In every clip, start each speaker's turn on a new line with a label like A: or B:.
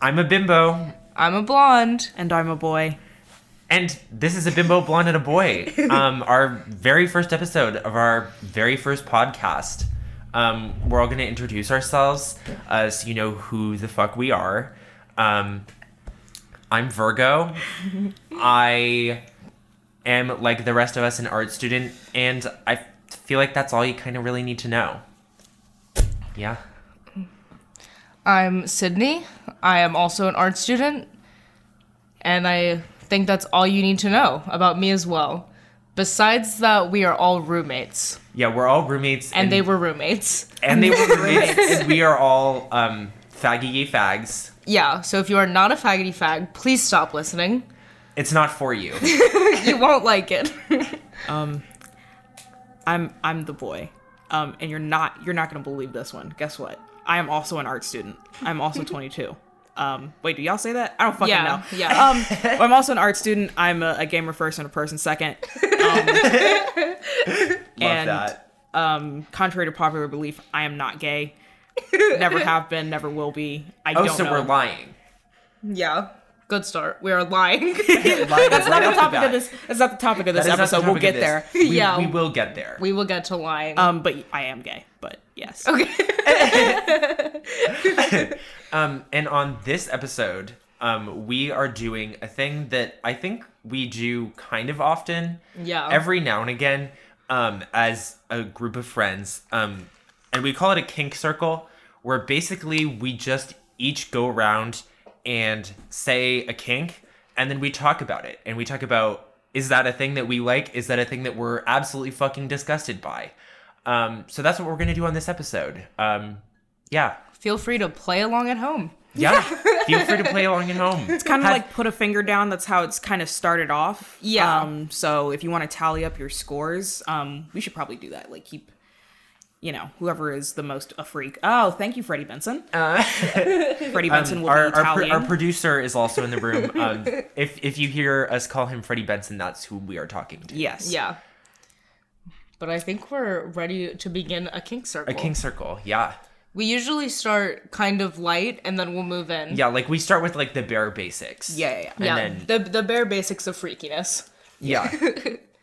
A: I'm a bimbo,
B: I'm a blonde.
C: And I'm a boy.
A: and this is a bimbo blonde and a boy. Um, our very first episode of our very first podcast. Um, we're all going to introduce ourselves, uh, so you know who the fuck we are. Um, I'm Virgo. I am like the rest of us, an art student, and I feel like that's all you kind of really need to know. Yeah.
B: I'm Sydney. I am also an art student. And I think that's all you need to know about me as well. Besides that, we are all roommates.
A: Yeah, we're all roommates,
B: And they were roommates.
A: and they were roommates, and we are all um, faggy gay fags.
B: Yeah, so if you are not a faggoty fag, please stop listening.
A: It's not for you.
B: You won't like it.
C: I'm I'm the boy. Um, and you're not you're not gonna believe this one. Guess what? I am also an art student. I'm also 22. Um, wait, do y'all say that? I don't fucking
B: Yeah,
C: know.
B: yeah.
C: Um, I'm also an art student. I'm a, a gamer first and a person second.
A: Love
C: And-
A: that.
C: Contrary to popular belief, I am not gay. Never have been. Never will be. I
A: Oh,
C: don't
A: so
C: know.
A: we're lying.
B: Yeah. Good start. We are lying.
A: Lying is
C: That's
A: right
C: not
A: off the
C: the topic
A: bat.
C: of this. That's not the topic of this
A: That is not the
C: episode. We'll
A: topic of
C: get there.
A: this. We,
B: Yeah.
A: we will get there.
B: we will get to lying.
C: Um, but I am gay. But yes.
B: okay.
A: Um, and on this episode, um, we are doing a thing that I think we do kind of often.
B: Yeah.
A: Every now and again, um, as a group of friends, um, and we call it a kink circle, where basically we just each go around and say a kink, and then we talk about it, and we talk about is that a thing that we like? Is that a thing that we're absolutely fucking disgusted by? Um, so that's what we're gonna do on this episode. Um, yeah.
B: Feel free to play along at home.
A: Yeah, feel free to play along at home.
C: It's kind of like put a finger down. That's how it's kind of started off.
B: Yeah.
C: Um, so if you want to tally up your scores, um, we should probably do that. Like keep, you know, whoever is the most a freak. Oh, thank you, Freddie Benson. Freddie Benson will
A: Uh, Um, our our,
C: be
A: pro-
C: tallying.
A: our producer is also in the room. Um, if if you hear us call him Freddie Benson, that's who we are talking to.
C: yes.
B: Yeah. But I think we're ready to begin a kink circle.
A: A king circle, yeah,
B: We usually start kind of light and then we'll move in.
A: yeah. Like we start with like the bare basics.
C: Yeah. yeah, yeah.
B: Yeah.
A: and
B: The the bare basics of freakiness.
A: yeah,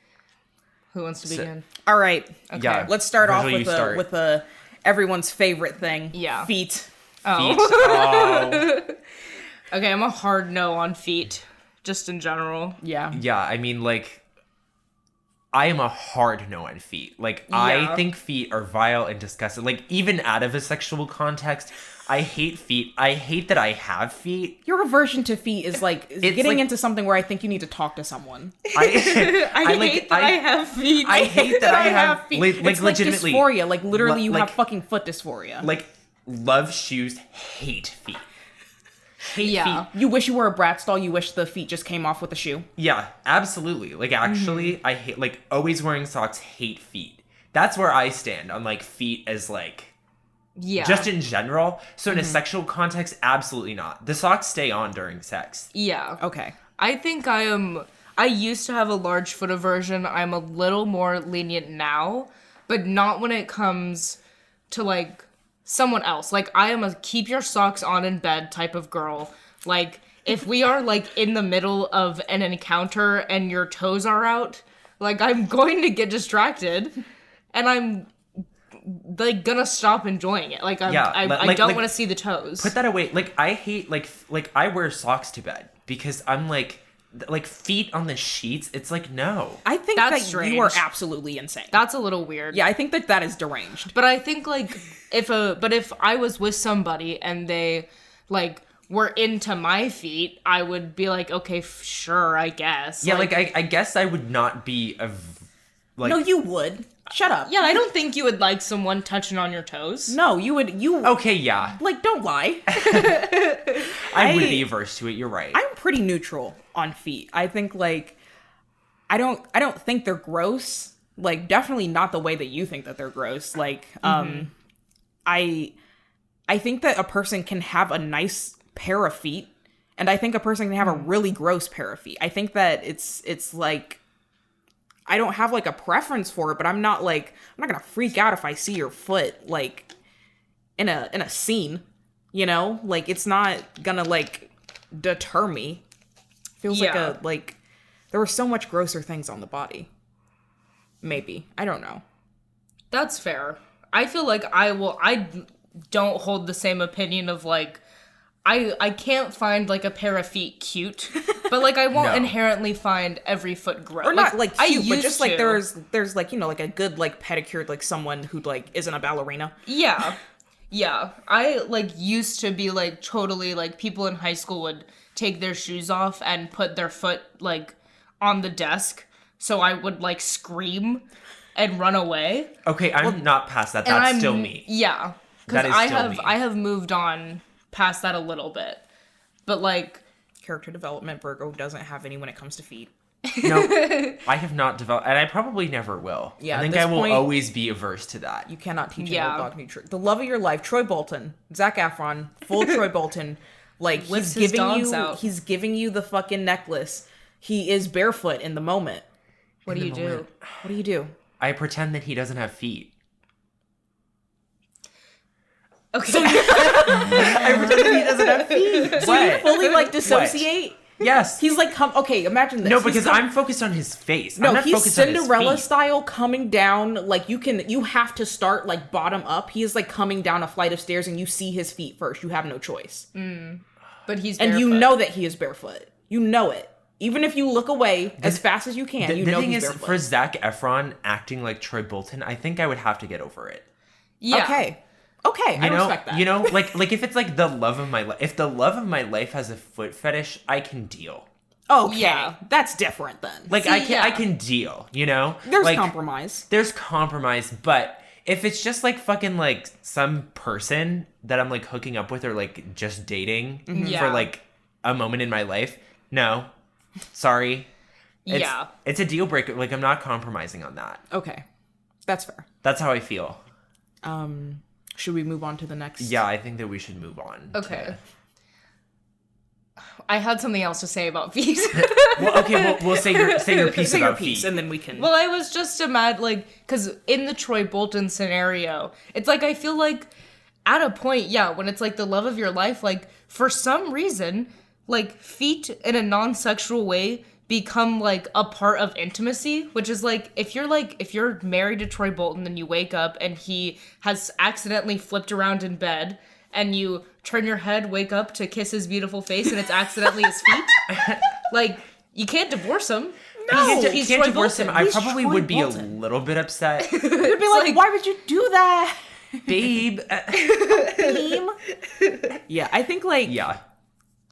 B: Who wants to begin?
C: All right.
A: yeah.
C: Let's start off
A: Virgil,
C: with
A: you
C: a
A: start.
C: with a everyone's favorite thing.
B: Yeah.
C: Feet.
A: feet. Oh.
B: Okay, I'm a hard no on feet, just in general.
C: Yeah.
A: yeah. I mean, like, I am a hard no on feet. Like, I
B: Yeah.
A: think feet are vile and disgusting. Like, even out of a sexual context, I hate feet. I hate that I have feet.
C: Your aversion to feet is like getting
A: like-
C: into something where I think you need to talk to someone.
A: I,
B: I,
A: like-
B: hate that I, have feet.
A: I hate that I have,
C: feet.
A: like,
C: it's
A: like legitimately
C: like dysphoria. Like literally,
A: Le-
C: you
A: like-
C: have fucking foot dysphoria.
A: like love shoes, hate feet. Hate
B: Yeah.
A: feet.
C: You wish you were a brat doll. You wish the feet just came off with a shoe.
A: Yeah, absolutely. Like actually,
C: Mm-hmm.
A: I hate like always wearing socks, hate feet. That's where I stand on like feet as like
B: yeah.
A: just in general. So
C: Mm-hmm.
A: in a sexual context, absolutely not. The socks stay on during sex.
B: yeah.
C: Okay.
B: I think I am. I used to have a large foot aversion. I'm a little more lenient now, but not when it comes to like someone else. Like I am a keep your socks on in bed type of girl. Like if we are like in the middle of an encounter and your toes are out, like I'm going to get distracted, and I'm like gonna stop enjoying it. Like I'm,
A: Yeah,
B: I,
A: li-
B: I
A: like-
B: don't
A: like-
B: want to see the toes.
A: Put that away. Like I hate like f- like I wear socks to bed because I'm like th- like feet on the sheets. It's like no.
C: I think
B: That's
C: that you are
B: strange.
C: absolutely insane.
B: That's a little weird.
C: yeah, I think that that is deranged.
B: But I think like if a but if I was with somebody and they like were into my feet, I would be like, okay, f- sure, I guess.
A: Yeah, like, I, I guess I would not be a v- like
C: No, you would. Shut up.
B: yeah, I don't think you would like someone touching on your toes.
C: No, you would. You
A: Okay, yeah.
C: like don't lie.
A: I,
C: I-
A: would be averse to it. You're right.
C: I'm pretty neutral on feet. I think like I don't I don't think they're gross. Like definitely not the way that you think that they're gross. Like um I I think that a person can have a nice pair of feet and I think a person can have a really gross pair of feet. I think that it's it's like I don't have like a preference for it, but I'm not like I'm not going to freak out if I see your foot like in a in a scene. you know like it's not gonna like deter me feels
B: Yeah.
C: like a like there were so much grosser things on the body maybe i don't know
B: That's fair. I feel like I will I don't hold the same opinion of like I I can't find like a pair of feet cute, but like I won't
A: No.
B: inherently find every foot gross.
C: or not like
B: I
C: cute but
B: used
C: just
B: to.
C: like there's there's like you know like a good like pedicured like someone who like isn't a ballerina
B: Yeah. Yeah. I like used to be like totally like people in high school would take their shoes off and put their foot like on the desk so I would like scream and run away.
A: Okay, I'm not past that.
B: And
A: That's
B: I'm-
A: still me.
B: Yeah. Cuz
A: That is
B: I
A: still
B: have
A: me.
B: I have moved on past that a little bit. But like
C: character development virgo doesn't have any when it comes to feet
A: No, I have not developed, and I probably never will.
C: Yeah,
A: I
C: at
A: think
C: this
A: I will
C: point-
A: always be averse to that.
C: you cannot teach an
B: Yeah.
C: old dog new tricks the love of your life troy bolton zach afron full troy bolton like
B: Whips
C: he's
B: his
C: giving
B: dogs
C: you
B: out.
C: he's giving you the fucking necklace he is barefoot in the moment
B: what do you do?
C: what do you do
A: I pretend that he doesn't have feet.
B: Okay.
A: I pretend that he doesn't have feet. What?
C: fully like dissociate
A: yes.
C: he's like come okay imagine this
A: no,
C: He's
A: because
C: come-
A: I'm focused on his face.
C: No,
A: I'm not
C: he's
A: focused on his
C: Cinderella
A: feet.
C: style coming down. Like you can, you have to start like bottom up. He is like coming down a flight of stairs, and you see his feet first. You have no choice,
B: but he's
C: and you
B: Mm, barefoot.
C: know that he is barefoot. You know it, even if you look away as fast as you can.
A: The,
C: you
A: the
C: know
A: thing
C: he's
A: is,
C: barefoot.
A: for Zach Efron acting like Troy Bolton, I think I would have to get over it.
B: Yeah.
C: Okay, okay, I
A: You know,
C: respect that.
A: you know, like like if it's like the love of my life, if the love of my life has a foot fetish, I can deal.
C: Oh, okay,
B: Yeah.
C: that's different then.
A: Like I
B: See,
A: can
B: yeah.
A: I can deal. You know,
C: there's
A: like,
C: compromise.
A: there's compromise, but if it's just like fucking like some person that I'm like hooking up with or like just dating
B: Mm-hmm. Yeah.
A: for like a moment in my life, no, sorry, it's,
B: yeah.
A: it's a deal breaker. Like I'm not compromising on that.
C: Okay, that's fair.
A: That's how I feel.
C: Um, should we move on to the next?
A: Yeah, I think that we should move on. to-
B: Okay. I had something else to say about feet.
A: well, okay, we'll, we'll say your say your piece
C: say your
A: about
C: piece,
A: feet.
C: and then we can.
B: well, I was just a mad like because in the Troy Bolton scenario, it's like I feel like at a point, yeah, when it's like the love of your life, like for some reason, like feet in a non-sexual way become like a part of intimacy, which is like if you're like if you're married to Troy Bolton and you wake up and he has accidentally flipped around in bed and you turn your head, wake up to kiss his beautiful face and it's accidentally his feet. Like you can't divorce him. No,
A: Can't,
B: he's
A: can't
B: Troy
A: divorce him.
B: Bolton.
A: I
C: He's
A: probably
C: Troy
A: would be
C: Bolton.
A: a little bit upset,
C: You'd be like,
B: like-
C: why would you do that?
A: babe. uh,
C: Yeah, I think like
A: yeah,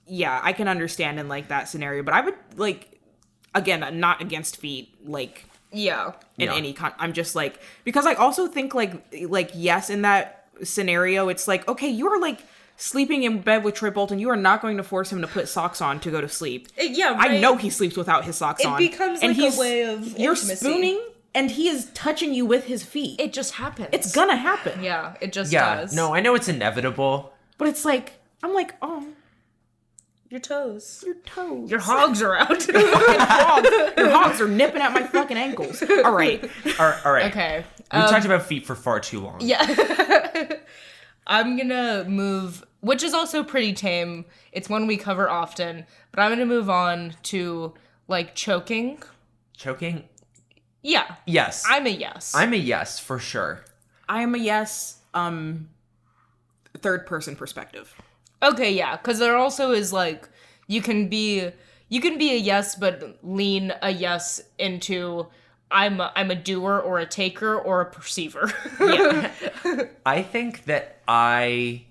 C: yeah, I can understand in like that scenario, but I would like again, I'm not against feet like
B: Yeah.
C: in
A: Yeah.
C: any con. I'm just like because I also think like like yes, in that scenario, it's like okay, you're like sleeping in bed with Troy Bolton. You are not going to force him to put socks on to go to sleep.
B: yeah,
C: I know he sleeps without his socks
B: It
C: on.
B: becomes, like, a way of
C: you're
B: intimacy.
C: spooning, and he is touching you with his feet.
B: it just happens.
C: it's gonna happen.
B: Yeah, it just
A: yeah.
B: does.
A: No, I know it's inevitable.
C: But it's like I'm like oh
B: your toes.
C: your toes.
B: Your hogs are out.
C: Your hogs are nipping at my fucking ankles. All right.
A: All right. All right.
B: okay.
A: We talked about feet for far too long. Yeah.
B: I'm gonna move, which is also pretty tame. It's one we cover often, but I'm gonna move on to like choking.
A: Choking?
B: Yeah,
A: Yes. I'm,
B: I'm a yes.
A: a yes for sure.
C: I am a yes. Um, third person perspective.
B: okay, yeah, because there also is like you can be you can be a yes, but lean a yes into I'm a, I'm a doer or a taker or a perceiver.
C: Yeah.
A: I think that I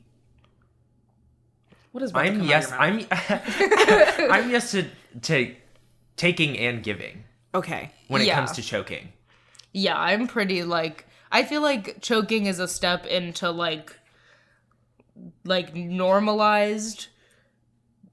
C: what is? About to
A: I'm
C: come
A: yes
C: Out of your mouth?
A: I'm I'm yes to to taking and giving
C: Okay.
A: when
B: Yeah.
A: it comes to choking.
B: Yeah, I'm pretty like I feel like choking is a step into like like normalized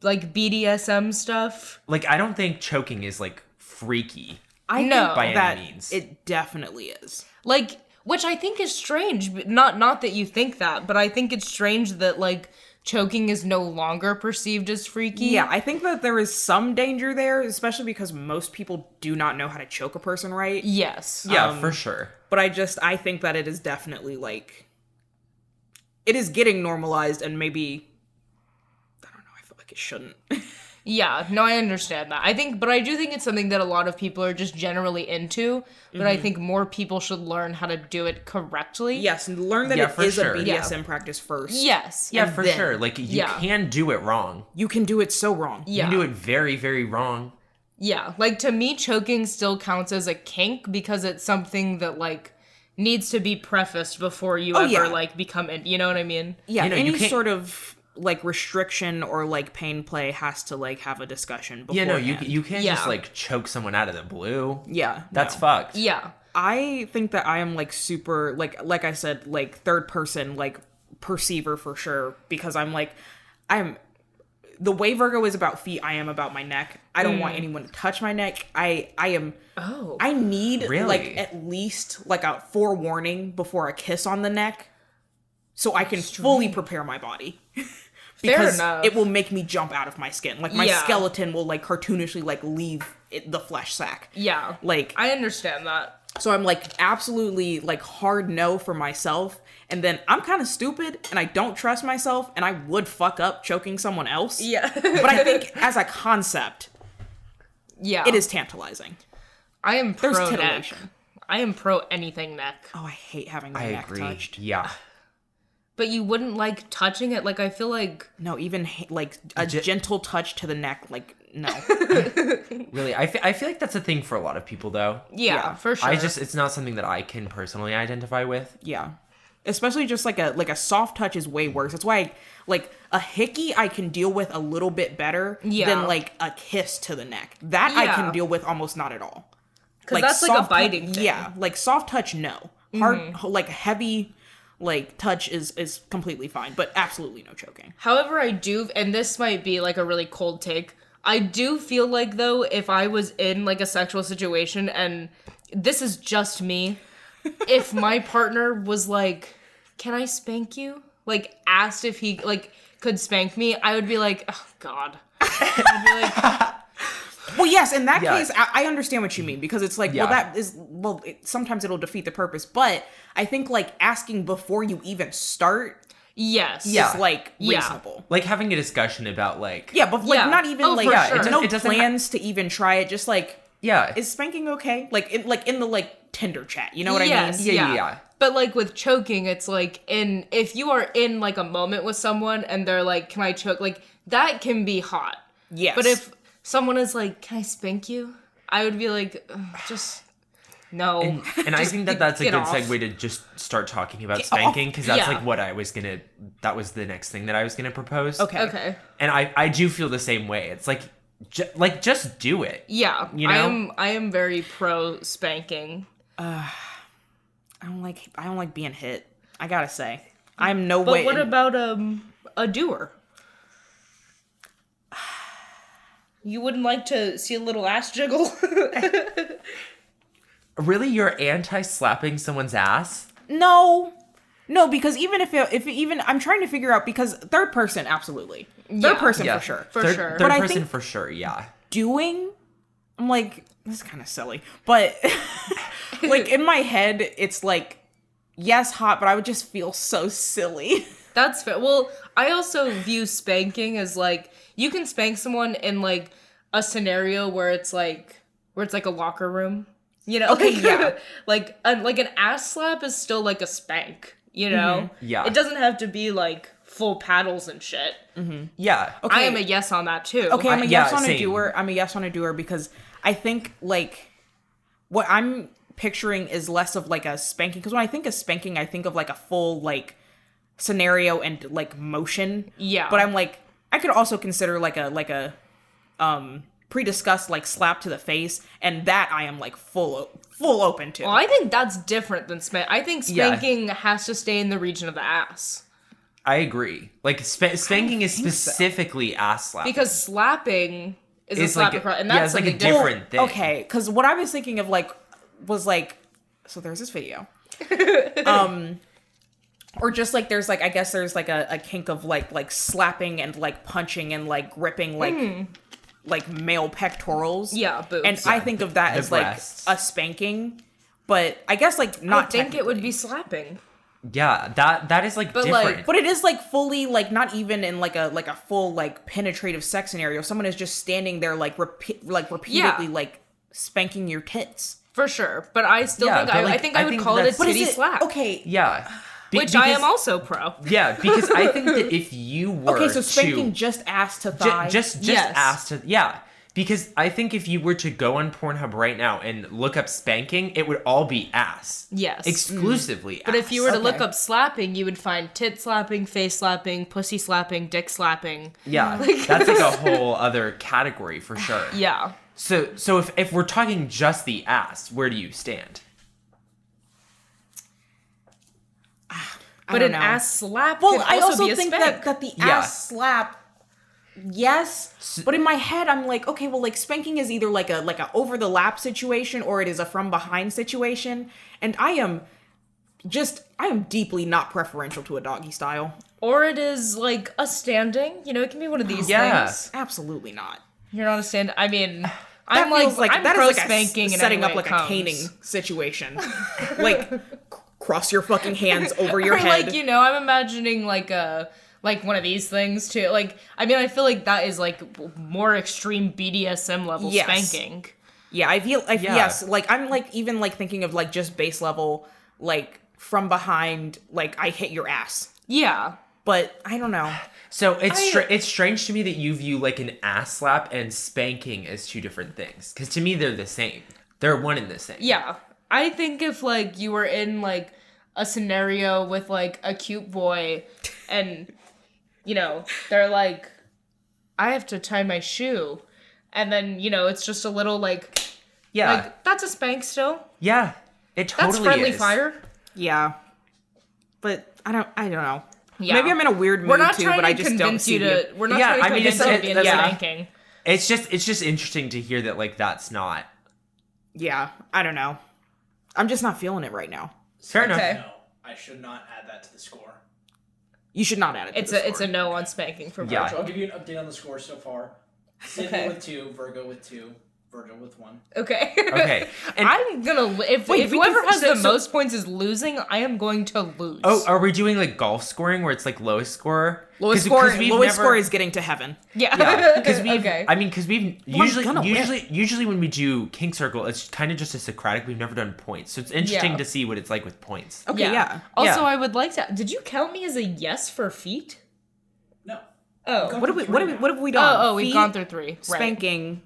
B: like BDSM stuff.
A: Like I don't think choking is like freaky.
C: I
B: No.
C: think
B: By
A: any
C: that
A: means.
C: it definitely is.
B: Like which I think is strange, but not not that you think that, but I think it's strange that like choking is no longer perceived as freaky.
C: Yeah, I think that there is some danger there, especially because most people do not know how to choke a person right.
B: Yes.
A: Yeah, for sure.
C: But I just I think that it is definitely like it is getting normalized and maybe like it shouldn't.
B: Yeah, no, I understand that. I think, but I do think it's something that a lot of people are just generally into. But I think more people should learn how to do it correctly.
C: yes, and learn
A: Mm-hmm.
C: that
A: Yeah,
C: it
A: for
C: is
A: sure.
C: a
A: Yeah.
C: BDSM practice first.
B: Yes.
A: Yeah,
B: and
A: for
B: then-
A: sure. Like you
B: Yeah.
A: can do it wrong.
C: You can do it so wrong.
A: You
B: Yeah.
A: can do it very, very wrong.
B: Yeah. Like to me, choking still counts as a kink because it's something that like needs to be prefaced before you
C: Oh,
B: ever
C: yeah.
B: like become. In- you know what I mean?
C: Yeah,
A: You know, you
C: any
A: can't-
C: sort of like restriction or like pain play has to like have a discussion before.
A: Yeah, no, you you can't just
B: Yeah.
A: like choke someone out of the blue.
C: Yeah.
A: That's
C: no.
A: fucked.
B: Yeah.
C: I think that I am like super like like I said like third person like perceiver for sure because I'm like I'm the way Virgo is about feet I am about my neck. I don't want anyone to touch my neck. I I am
B: Mm. Oh.
C: I need
A: Really?
C: like at least like a forewarning before a kiss on the neck so I can fully prepare my body. because
B: enough.
C: it will make me jump out of my skin. Like my
B: Yeah.
C: skeleton will like cartoonishly like leave it, the flesh sack.
B: yeah.
C: Like
B: I understand that.
C: so I'm like absolutely like hard no for myself. And then I'm kind of stupid and I don't trust myself and I would fuck up choking someone else.
B: Yeah.
C: but I think as a concept,
B: Yeah.
C: it is tantalizing.
B: I am pro neck.
C: titillation.
B: I am pro anything neck.
C: Oh, I hate having my
A: I
C: neck
A: agree.
C: touched.
A: Yeah.
B: But you wouldn't like touching it. Like I feel like
C: No, even ha- like a
A: Ge-
C: gentle touch to the neck, like no.
A: Really. I fe- I feel like that's a thing for a lot of people though.
B: yeah,
C: Yeah.
B: for sure.
A: I just it's not something that I can personally identify with.
C: yeah. Especially just like a like a soft touch is way worse. That's why like a hickey I can deal with a little bit better
B: Yeah.
C: than like a kiss to the neck. That I
B: Yeah.
C: can deal with almost not at all.
B: because that's like a
C: soft tou-
B: biting. thing. Mm-hmm.
C: Yeah, like soft touch, no. Hard, like heavy, like touch is is completely fine, but absolutely no choking.
B: However, I do, and this might be like a really cold take. I do feel like though, if I was in like a sexual situation, and this is just me, if my partner was like, "Can I spank you?" Like asked if he like could spank me, I would be like, "Oh God." I'd be like,
C: Well, yes, in that
A: Yeah.
C: case, I, I understand what you mean because it's like, well,
A: Yeah.
C: that is well. It, sometimes it'll defeat the purpose, but I think like asking before you even start
B: yes.
A: Yeah.
C: is like
B: Yeah.
C: reasonable.
A: Like having a discussion about like
C: Yeah, but like
B: Yeah.
C: not even
B: Oh,
C: like
B: for
A: Yeah, it
B: sure.
A: doesn't-
C: no
A: it doesn't ha-
C: plans to even try it. Just like
A: yeah.
C: is spanking okay? Like in like in the like Tinder chat, you know what I mean?
B: yes,
A: Yeah, yeah,
B: yeah.
A: yeah.
B: But like with choking, it's like in if you are in like a moment with someone and they're like, "Can I choke?" Like that can be hot.
C: Yes,
B: But if someone is like, "Can I spank you?" I would be like, "Ugh, "Just no."
A: and, and I think that that's a
B: get
A: good
B: off.
A: segue to just start talking about
C: off.
A: spanking because that's
B: Yeah.
A: like what I was gonna. That was the next thing that I was gonna propose.
C: okay,
B: okay.
A: and I I do feel the same way. It's like, ju- like just do it.
B: Yeah.
A: You
B: I
A: know?
B: am I am very pro spanking.
C: I don't like I don't like being hit. I gotta say, I'm no
B: But
C: way.
B: what about um a doer? You wouldn't like to see a little ass jiggle?
A: Really, you're anti slapping someone's ass.
C: no, no, because even if it, if it even I'm trying to figure out because third person absolutely third
B: Yeah.
C: person for sure.
B: For
A: third,
B: sure.
A: Third
B: But
C: I
A: person
C: think-
A: for sure. Yeah.
C: Doing, I'm like this is kind of silly, but like in my head it's like yes hot, but I would just feel so silly.
B: That's fair. Well, I also view spanking as like you can spank someone in like a scenario where it's like where it's like a locker room, you know?
C: Okay, yeah.
B: like an like an ass slap is still like a spank, you know?
A: Mm-hmm. Yeah.
B: It doesn't have to be like full paddles and shit.
A: Yeah. Okay.
B: I am a yes on that too.
C: Okay, I'm a
A: I-
C: yes
A: yeah,
C: on a
A: same.
C: doer. I'm a yes on a doer because I think like what I'm picturing is less of like a spanking because when I think of spanking, I think of like a full like scenario and like motion.
B: Yeah.
C: But I'm like I could also consider like a like a um pre-discussed like slap to the face and that I am like full o- full open to.
B: Well, I think that's different than spank. I think
A: Yeah.
B: spanking has to stay in the region of the ass.
A: I agree. Like spa- spanking is specifically ass slap.
B: Because slapping is a
A: it's
B: slap
A: like a-
B: across and
A: yeah, it's
B: that's
A: like a
B: something
A: different thing.
C: Okay, because what I was thinking of like was like, so there's this video, um, or just like there's like I guess there's like a, a kink of like like slapping and like punching and like gripping like like male pectorals.
B: Hmm. Yeah, boobs.
C: And I think of that
A: the
C: as like
A: breasts.
C: a spanking, but I guess like
B: I
C: not.
B: think it would
C: technically.
B: be slapping.
A: Yeah, that that is like
B: But, like,
A: different.
C: But it is like fully like not even in like a like a full like penetrative sex scenario. Someone is just standing there like repeat like repeatedly like spanking your tits.
B: for sure. But I still
A: Yeah,
B: think
A: but,
B: I, I
A: like,
B: think
A: I
B: I would
A: think
B: call it a
A: that's- What
B: titty slap.
C: Okay.
A: yeah, Be-
B: which I am
A: because-
B: also pro.
A: Yeah, because I think that if you were
C: Okay, so spanking
A: to,
C: just ass to
A: Ju-
C: thigh.
A: just just
B: Yes.
A: ask to yeah because i think if you were to go on pornhub right now and look up spanking it would all be ass
B: Yes.
A: exclusively
B: But if you were to look
C: Okay.
B: up slapping, you would find tit slapping, face slapping, pussy slapping, dick slapping.
A: yeah that's like a whole other category for sure
B: Yeah.
A: so so if, if we're talking just the ass where do you stand
C: I
B: But
C: don't
B: an
C: know.
B: ass slap
C: Well,
B: can
C: I also
B: be a
C: think
B: spank.
C: that, that the
A: Yeah.
C: ass slap, yes. But in my head, I'm like, okay, well, like spanking is either like a like a over the lap situation or it is a from behind situation, and I am just I am deeply not preferential to a doggy style.
B: or it is like a standing. You know, it can be one of these
A: Yeah.
B: things.
C: Absolutely not.
B: You're not a stand. I mean,
C: That
B: I'm like,
C: feels like
B: I'm
C: that is
B: pro
C: like a s-
B: spanking and
C: setting up
B: anyway
C: like
B: it
C: a
B: comes.
C: caning situation. like c- cross your fucking hands over your
B: or
C: head.
B: like you know i'm imagining like a like one of these things too like i mean i feel like that is like w- more extreme bdsm level
C: Yes.
B: spanking
C: Yeah, I feel I,
A: Yeah.
C: yes, like I'm like even like thinking of like just base level, like from behind, like I hit your ass.
B: yeah
C: But I don't know.
A: so it's str- it's strange to me that you view like an ass slap and spanking as two different things because to me they're the same they're one and the same
B: yeah i think if like you were in like a scenario with like a cute boy and you know they're like i have to tie my shoe and then you know it's just a little like
A: yeah
B: like that's a spank still
A: yeah it
B: that's
A: totally
B: friendly
A: is.
B: fire
C: Yeah. But I don't I don't know.
B: Yeah.
C: Maybe I'm in a weird mood
B: we're not
C: too,
B: trying
C: but I
B: to
C: just don't
B: convince
C: see
B: you
C: the-
B: to we're not
A: Yeah,
B: trying to
A: I mean,
B: convince
A: it's-
B: you to
A: it-
B: be in
A: that's-
B: spanking
A: it's just it's just interesting to hear that like that's not
C: Yeah, I don't know. I'm just not feeling it right now.
A: fair enough
B: Okay.
D: No, I should not add that to the score.
C: You should not add it. to
B: It's
C: the
B: a it's a
C: score.
B: no on spanking for
A: Yeah.
D: I'll
B: Virgil.
D: give you an update on the score so far. Sydney
B: Okay.
D: with two, Virgo with two, Virgil with one.
B: Okay.
A: okay and
B: I'm gonna li- if,
C: Wait,
B: if
C: we can-
B: whoever has
C: so-
B: the
C: so-
B: most points is losing, I am going to lose.
A: Oh, are we doing like golf scoring where it's like lowest scorer?
C: lowest score. Lowest score is getting to heaven.
B: yeah.
A: because we.
B: okay.
A: I mean, because we've
C: I'm
A: usually
C: gonna win.
A: usually usually when we do King Circle, it's kind of just a Socratic. We've never done points, so it's interesting
B: Yeah.
A: to see what it's like with points.
C: Oh, Okay, yeah.
A: Yeah.
B: Also, I would like to. Did you count me as a yes for feet?
D: No.
B: Oh.
D: Go-
C: What have we what have we what have we done?
B: Oh, oh, we've
C: Feet,
B: gone through three. Right.
C: spanking.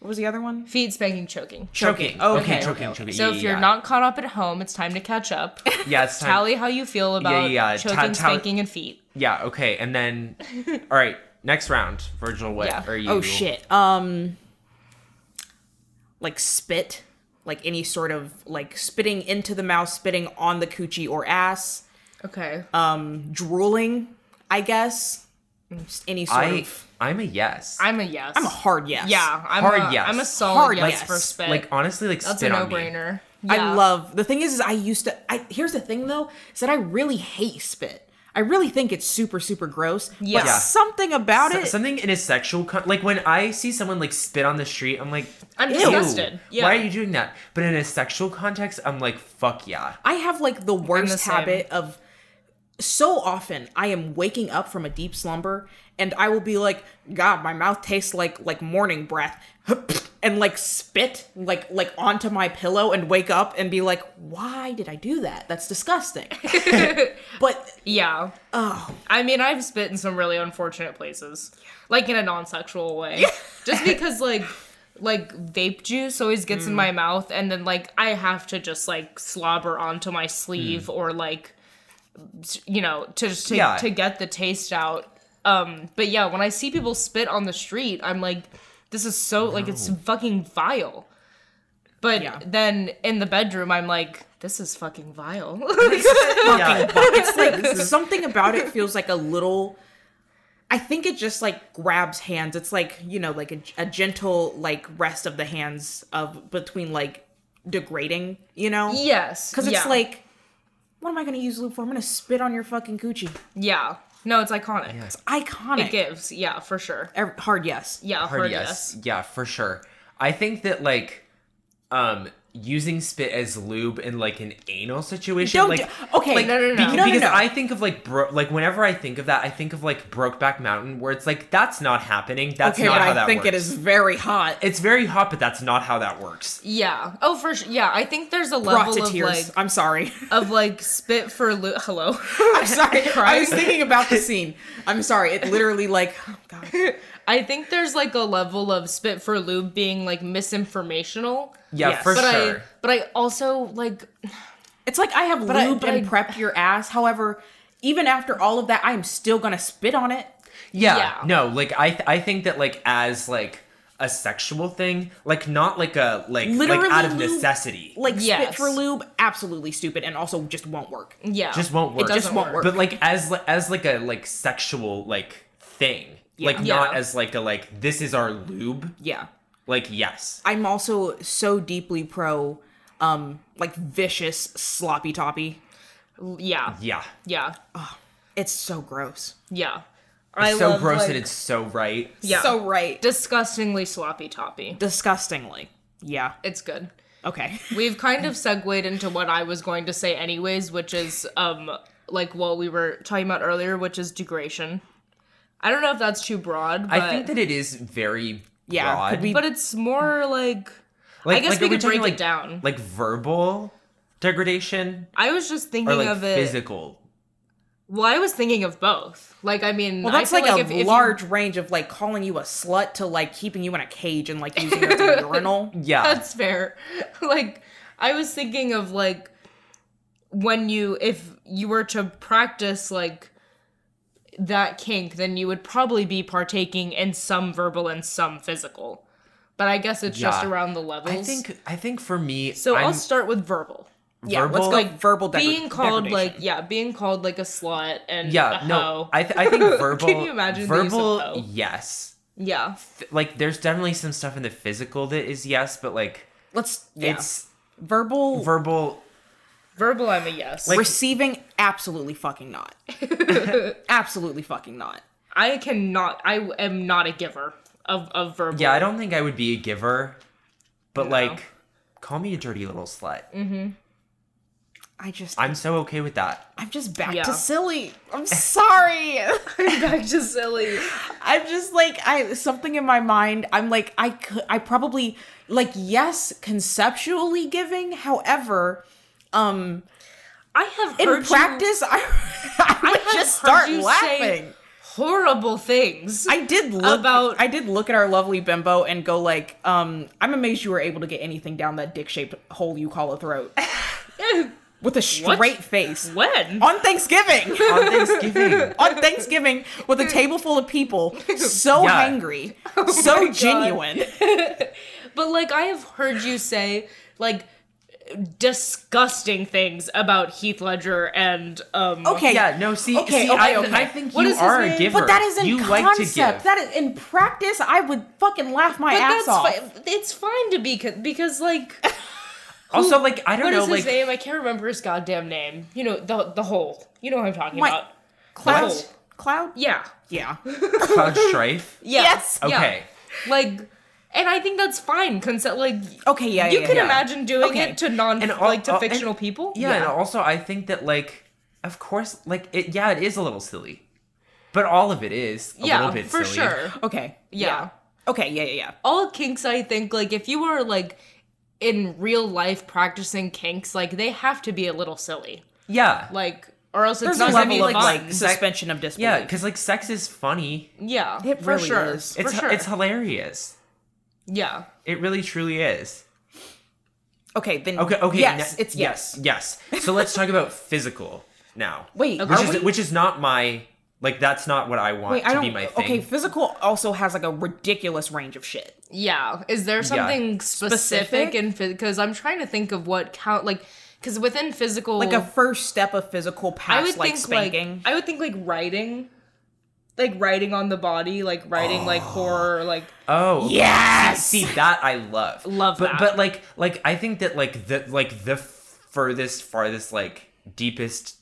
C: What was the other one?
B: Feet, spanking, choking.
A: Choking.
C: Okay,
A: Okay.
C: okay,
A: Choking. Choking.
B: So
A: yeah,
B: if you're
A: yeah.
B: not caught up at home, it's time to catch up.
A: yeah, it's time.
B: Tally how you feel about
A: yeah, yeah. Ta-
B: choking,
A: ta-
B: spanking, and feet.
A: Yeah. Okay. And then, all right. Next round, Virgil. What
B: Yeah.
A: are you?
C: Oh shit. Um like spit, like any sort of like spitting into the mouth, spitting on the coochie or ass,
B: Okay.
C: drooling, I guess. Just any sort
A: I
C: of
A: I'm a yes.
B: I'm a yes.
C: I'm a hard yes.
B: yeah. I'm
A: Hard
B: a,
A: yes.
B: am a solid
C: Hard
B: yes,
C: yes.
B: for spit.
A: like honestly like
B: That's a
A: spit
B: no
A: on me.
B: brainer.
C: I love the thing is, is I used to I here's the thing though, is that I really hate spit. I really think it's super, super gross.
B: Yeah.
C: But
B: Yeah.
C: something about
A: So-
C: it
A: something in a sexual con- like when I see someone like spit on the street, I'm like,
B: I'm
A: "Ew,
B: disgusted." Yeah.
A: Why are you doing that? But in a sexual context, I'm like, fuck yeah.
C: I have like the worst
B: the same.
C: habit of so often I am waking up from a deep slumber and I will be like, God, my mouth tastes like like morning breath and like spit like like onto my pillow and wake up and be like, why did I do that? That's disgusting. but
B: Yeah. Oh. I mean, I've spit in some really unfortunate places, like in a non-sexual way, just because like like vape juice always gets in my mouth, and then like I have to just like slobber onto my sleeve or like s- you know to just to,
A: Yeah.
B: to get the taste out. Um, but yeah, when I see people spit on the street, I'm like, this is so like it's fucking vile. But
C: Yeah.
B: then in the bedroom, I'm like, this is fucking vile.
A: Yeah.
C: it's like something about it feels like a little I think it just like grabs hands. It's like, you know, like a, a gentle like rest of the hands of between like degrading, you know?
B: yes,
C: Because it's
B: yeah.
C: like, what am I going to use lube for? I'm going to spit on your fucking coochie.
B: Yeah. No, it's iconic.
C: It's iconic.
B: It gives, yeah, for sure.
C: Ev- Hard yes.
B: Yeah,
A: Hard yes. Yeah, for sure. I think that like um using spit as lube in like an anal situation.
C: Don't
A: like,
C: do- okay,
A: like,
B: no, no, no.
A: beca-
B: No, no,
A: because
C: no.
A: I think of like bro, like whenever I think of that, I think of like Brokeback Mountain, where it's like that's not happening. That's
C: okay,
A: not
C: but
A: how
C: I
A: that
C: think
A: works.
C: it is very hot.
A: It's very hot, but that's not how that works.
B: Yeah. Oh, for sure. Yeah, I think there's a
C: brought
B: level
C: to
B: of like
C: tears. I'm sorry.
B: of like spit for lo- hello.
C: I'm sorry. I was thinking about the scene. I'm sorry. It literally like oh god.
B: I think there's like a level of spit for lube being like misinformational.
A: Yeah,
C: Yes.
A: for
B: But
A: sure.
B: I but I also like
C: It's like I have
B: I-
C: lube
B: but
C: and
B: I-
C: prepped your ass. However, even after all of that, I'm still gonna spit on it.
A: yeah,
B: yeah.
A: no, like I th- I think that like as like a sexual thing, like not like a like
C: Literally
A: like out of
C: lube-
A: necessity.
C: Like spit
B: Yes.
C: for lube, absolutely stupid, and also just won't work.
B: yeah.
A: Just won't work.
B: It doesn't
A: Just
C: won't work.
A: but like as li- as like a like sexual like thing. Like
B: Yeah.
A: not
B: Yeah.
A: as like a like this is our lube.
C: Yeah.
A: Like yes.
C: I'm also so deeply pro um like vicious sloppy toppy.
B: Yeah.
A: Yeah.
B: Yeah.
C: It's so gross.
B: Yeah.
A: It's
B: I
A: so
B: love,
A: gross
B: like,
A: and it's so right.
B: yeah.
C: So right.
B: disgustingly sloppy toppy.
C: Disgustingly. Yeah.
B: It's good.
C: Okay.
B: We've kind of segued into what I was going to say anyways, which is um like what we were talking about earlier, which is degradation. I don't know if that's too broad, but
A: I think that it is very
C: Yeah,
A: broad.
C: could we-
B: but it's more like
A: like,
B: I
A: like,
B: guess we
A: are
B: could
A: talking,
B: break it
A: like,
B: down.
A: Like verbal degradation
B: I was just thinking
A: or like
B: of it.
A: physical.
B: Well, I was thinking of both. Like, I mean,
C: Well, that's
B: I
C: like,
B: feel
C: a
B: if- if you-
C: large range of like calling you a slut to like keeping you in a cage and like using you as a urinal.
A: Yeah.
B: that's fair. like, I was thinking of like when you, if you were to practice like that kink, then you would probably be partaking in some verbal and some physical. But I guess it's just
A: Yeah.
B: around the levels.
A: I think I think for me
B: so. i
A: I'm
B: will start with verbal.
C: Yeah,
A: verbal
C: let's go verbal degra-
B: Being called like
C: degradation.
B: yeah, being called like a slut and
A: yeah,
B: a
A: no.
B: hoe.
A: I, th- I think verbal
B: Can you imagine the use of
A: verbal
B: hoe?
A: yes.
B: yeah,
A: Th- Like there's definitely some stuff in the physical that is yes, but like
C: let's yeah.
A: it's
C: verbal
A: verbal
B: verbal. I'm a yes.
C: receiving absolutely fucking not. absolutely fucking not.
B: I cannot. I am not a giver of of verbal.
A: yeah i don't think i would be a giver but
B: No.
A: like call me a dirty little slut
C: I just I'm,
A: i'm so okay with that
C: just back
B: Yeah.
C: to silly. I'm sorry.
B: I'm back to silly.
C: I'm just like I something in my mind. I'm like I could I probably like yes conceptually giving. However, um
B: I have
C: in
B: heard you-
C: practice I I would
B: have
C: just
B: heard
C: start
B: you say-
C: laughing.
B: horrible things.
C: I did look
B: About-
C: I did look at our lovely bimbo and go like, um, I'm amazed you were able to get anything down that dick shaped hole you call a throat with a straight face
B: when?
C: on Thanksgiving.
A: on thanksgiving
C: on Thanksgiving with a table full of people, so
A: Yeah.
C: hangry, so genuine.
B: But like I have heard you say like disgusting things about Heath Ledger and um
C: Okay,
A: yeah no see
C: Okay,
A: see
C: okay,
A: I,
C: okay.
A: I think
B: What
A: you
B: is his
A: are a
B: name?
A: giver
C: But that is in
A: you
C: concept.
A: like to give
C: That is in practice. I would fucking laugh my
B: But
C: ass
B: that's
C: off.
B: fine. It's fine to be co- because like
A: also like i don't
B: what
A: know
B: is his
A: like
B: name? I can't remember his goddamn name. You know the the whole. You know what I'm talking
C: What?
B: about.
C: Cloud,
B: What?
C: cloud.
B: Yeah.
C: Yeah.
A: cloud strife
B: Yeah.
C: Yes.
B: Yeah.
A: okay
B: Like, and I think that's fine. Concept like
C: Okay. Yeah.
B: you
C: yeah,
B: can
C: yeah.
B: imagine doing
C: Okay.
B: it to non
A: And all-
B: like to
A: all- and-
B: fictional people.
A: yeah, and also i think that like of course like it yeah it is a little silly but all of it is a
B: yeah,
A: little bit
B: for
A: silly.
B: sure.
C: Okay.
B: Yeah.
C: Okay. Yeah. Yeah. Yeah.
B: all kinks. I think like if you are like in real life practicing kinks, like they have to be a little silly,
A: yeah
B: like or else it's
C: There's a
B: not gonna
C: level
B: be
C: of
B: like,
C: like,
B: fun.
C: suspension of disbelief.
A: yeah because like sex is funny
B: yeah,
C: It
B: for
C: really
B: sure.
C: is.
B: For
A: it's
B: sure.
A: it's hilarious
B: yeah,
A: it really truly is
C: Okay. Then.
A: Okay. Okay.
C: Yes.
A: ne-
C: it's yes.
A: Yes. yes. So let's talk about physical now.
C: Wait.
A: Which
C: are
A: is
C: we-
A: which is not my like. That's not what I want
C: Wait,
A: to
C: I don't.
A: be my thing.
C: Okay. Physical also has like a ridiculous range of shit.
B: yeah. Is there something specific
C: Specific?
B: in because I'm trying to think of what count like because within physical
C: Like a first step of physical past
B: I would
C: like
B: think
C: spanking.
B: like I would think like writing, like writing on the body, like writing like horror, like
A: Oh.
C: Yes!
A: See that I love.
B: Love
A: but,
B: that.
A: But like like I think that like the like the furthest farthest like deepest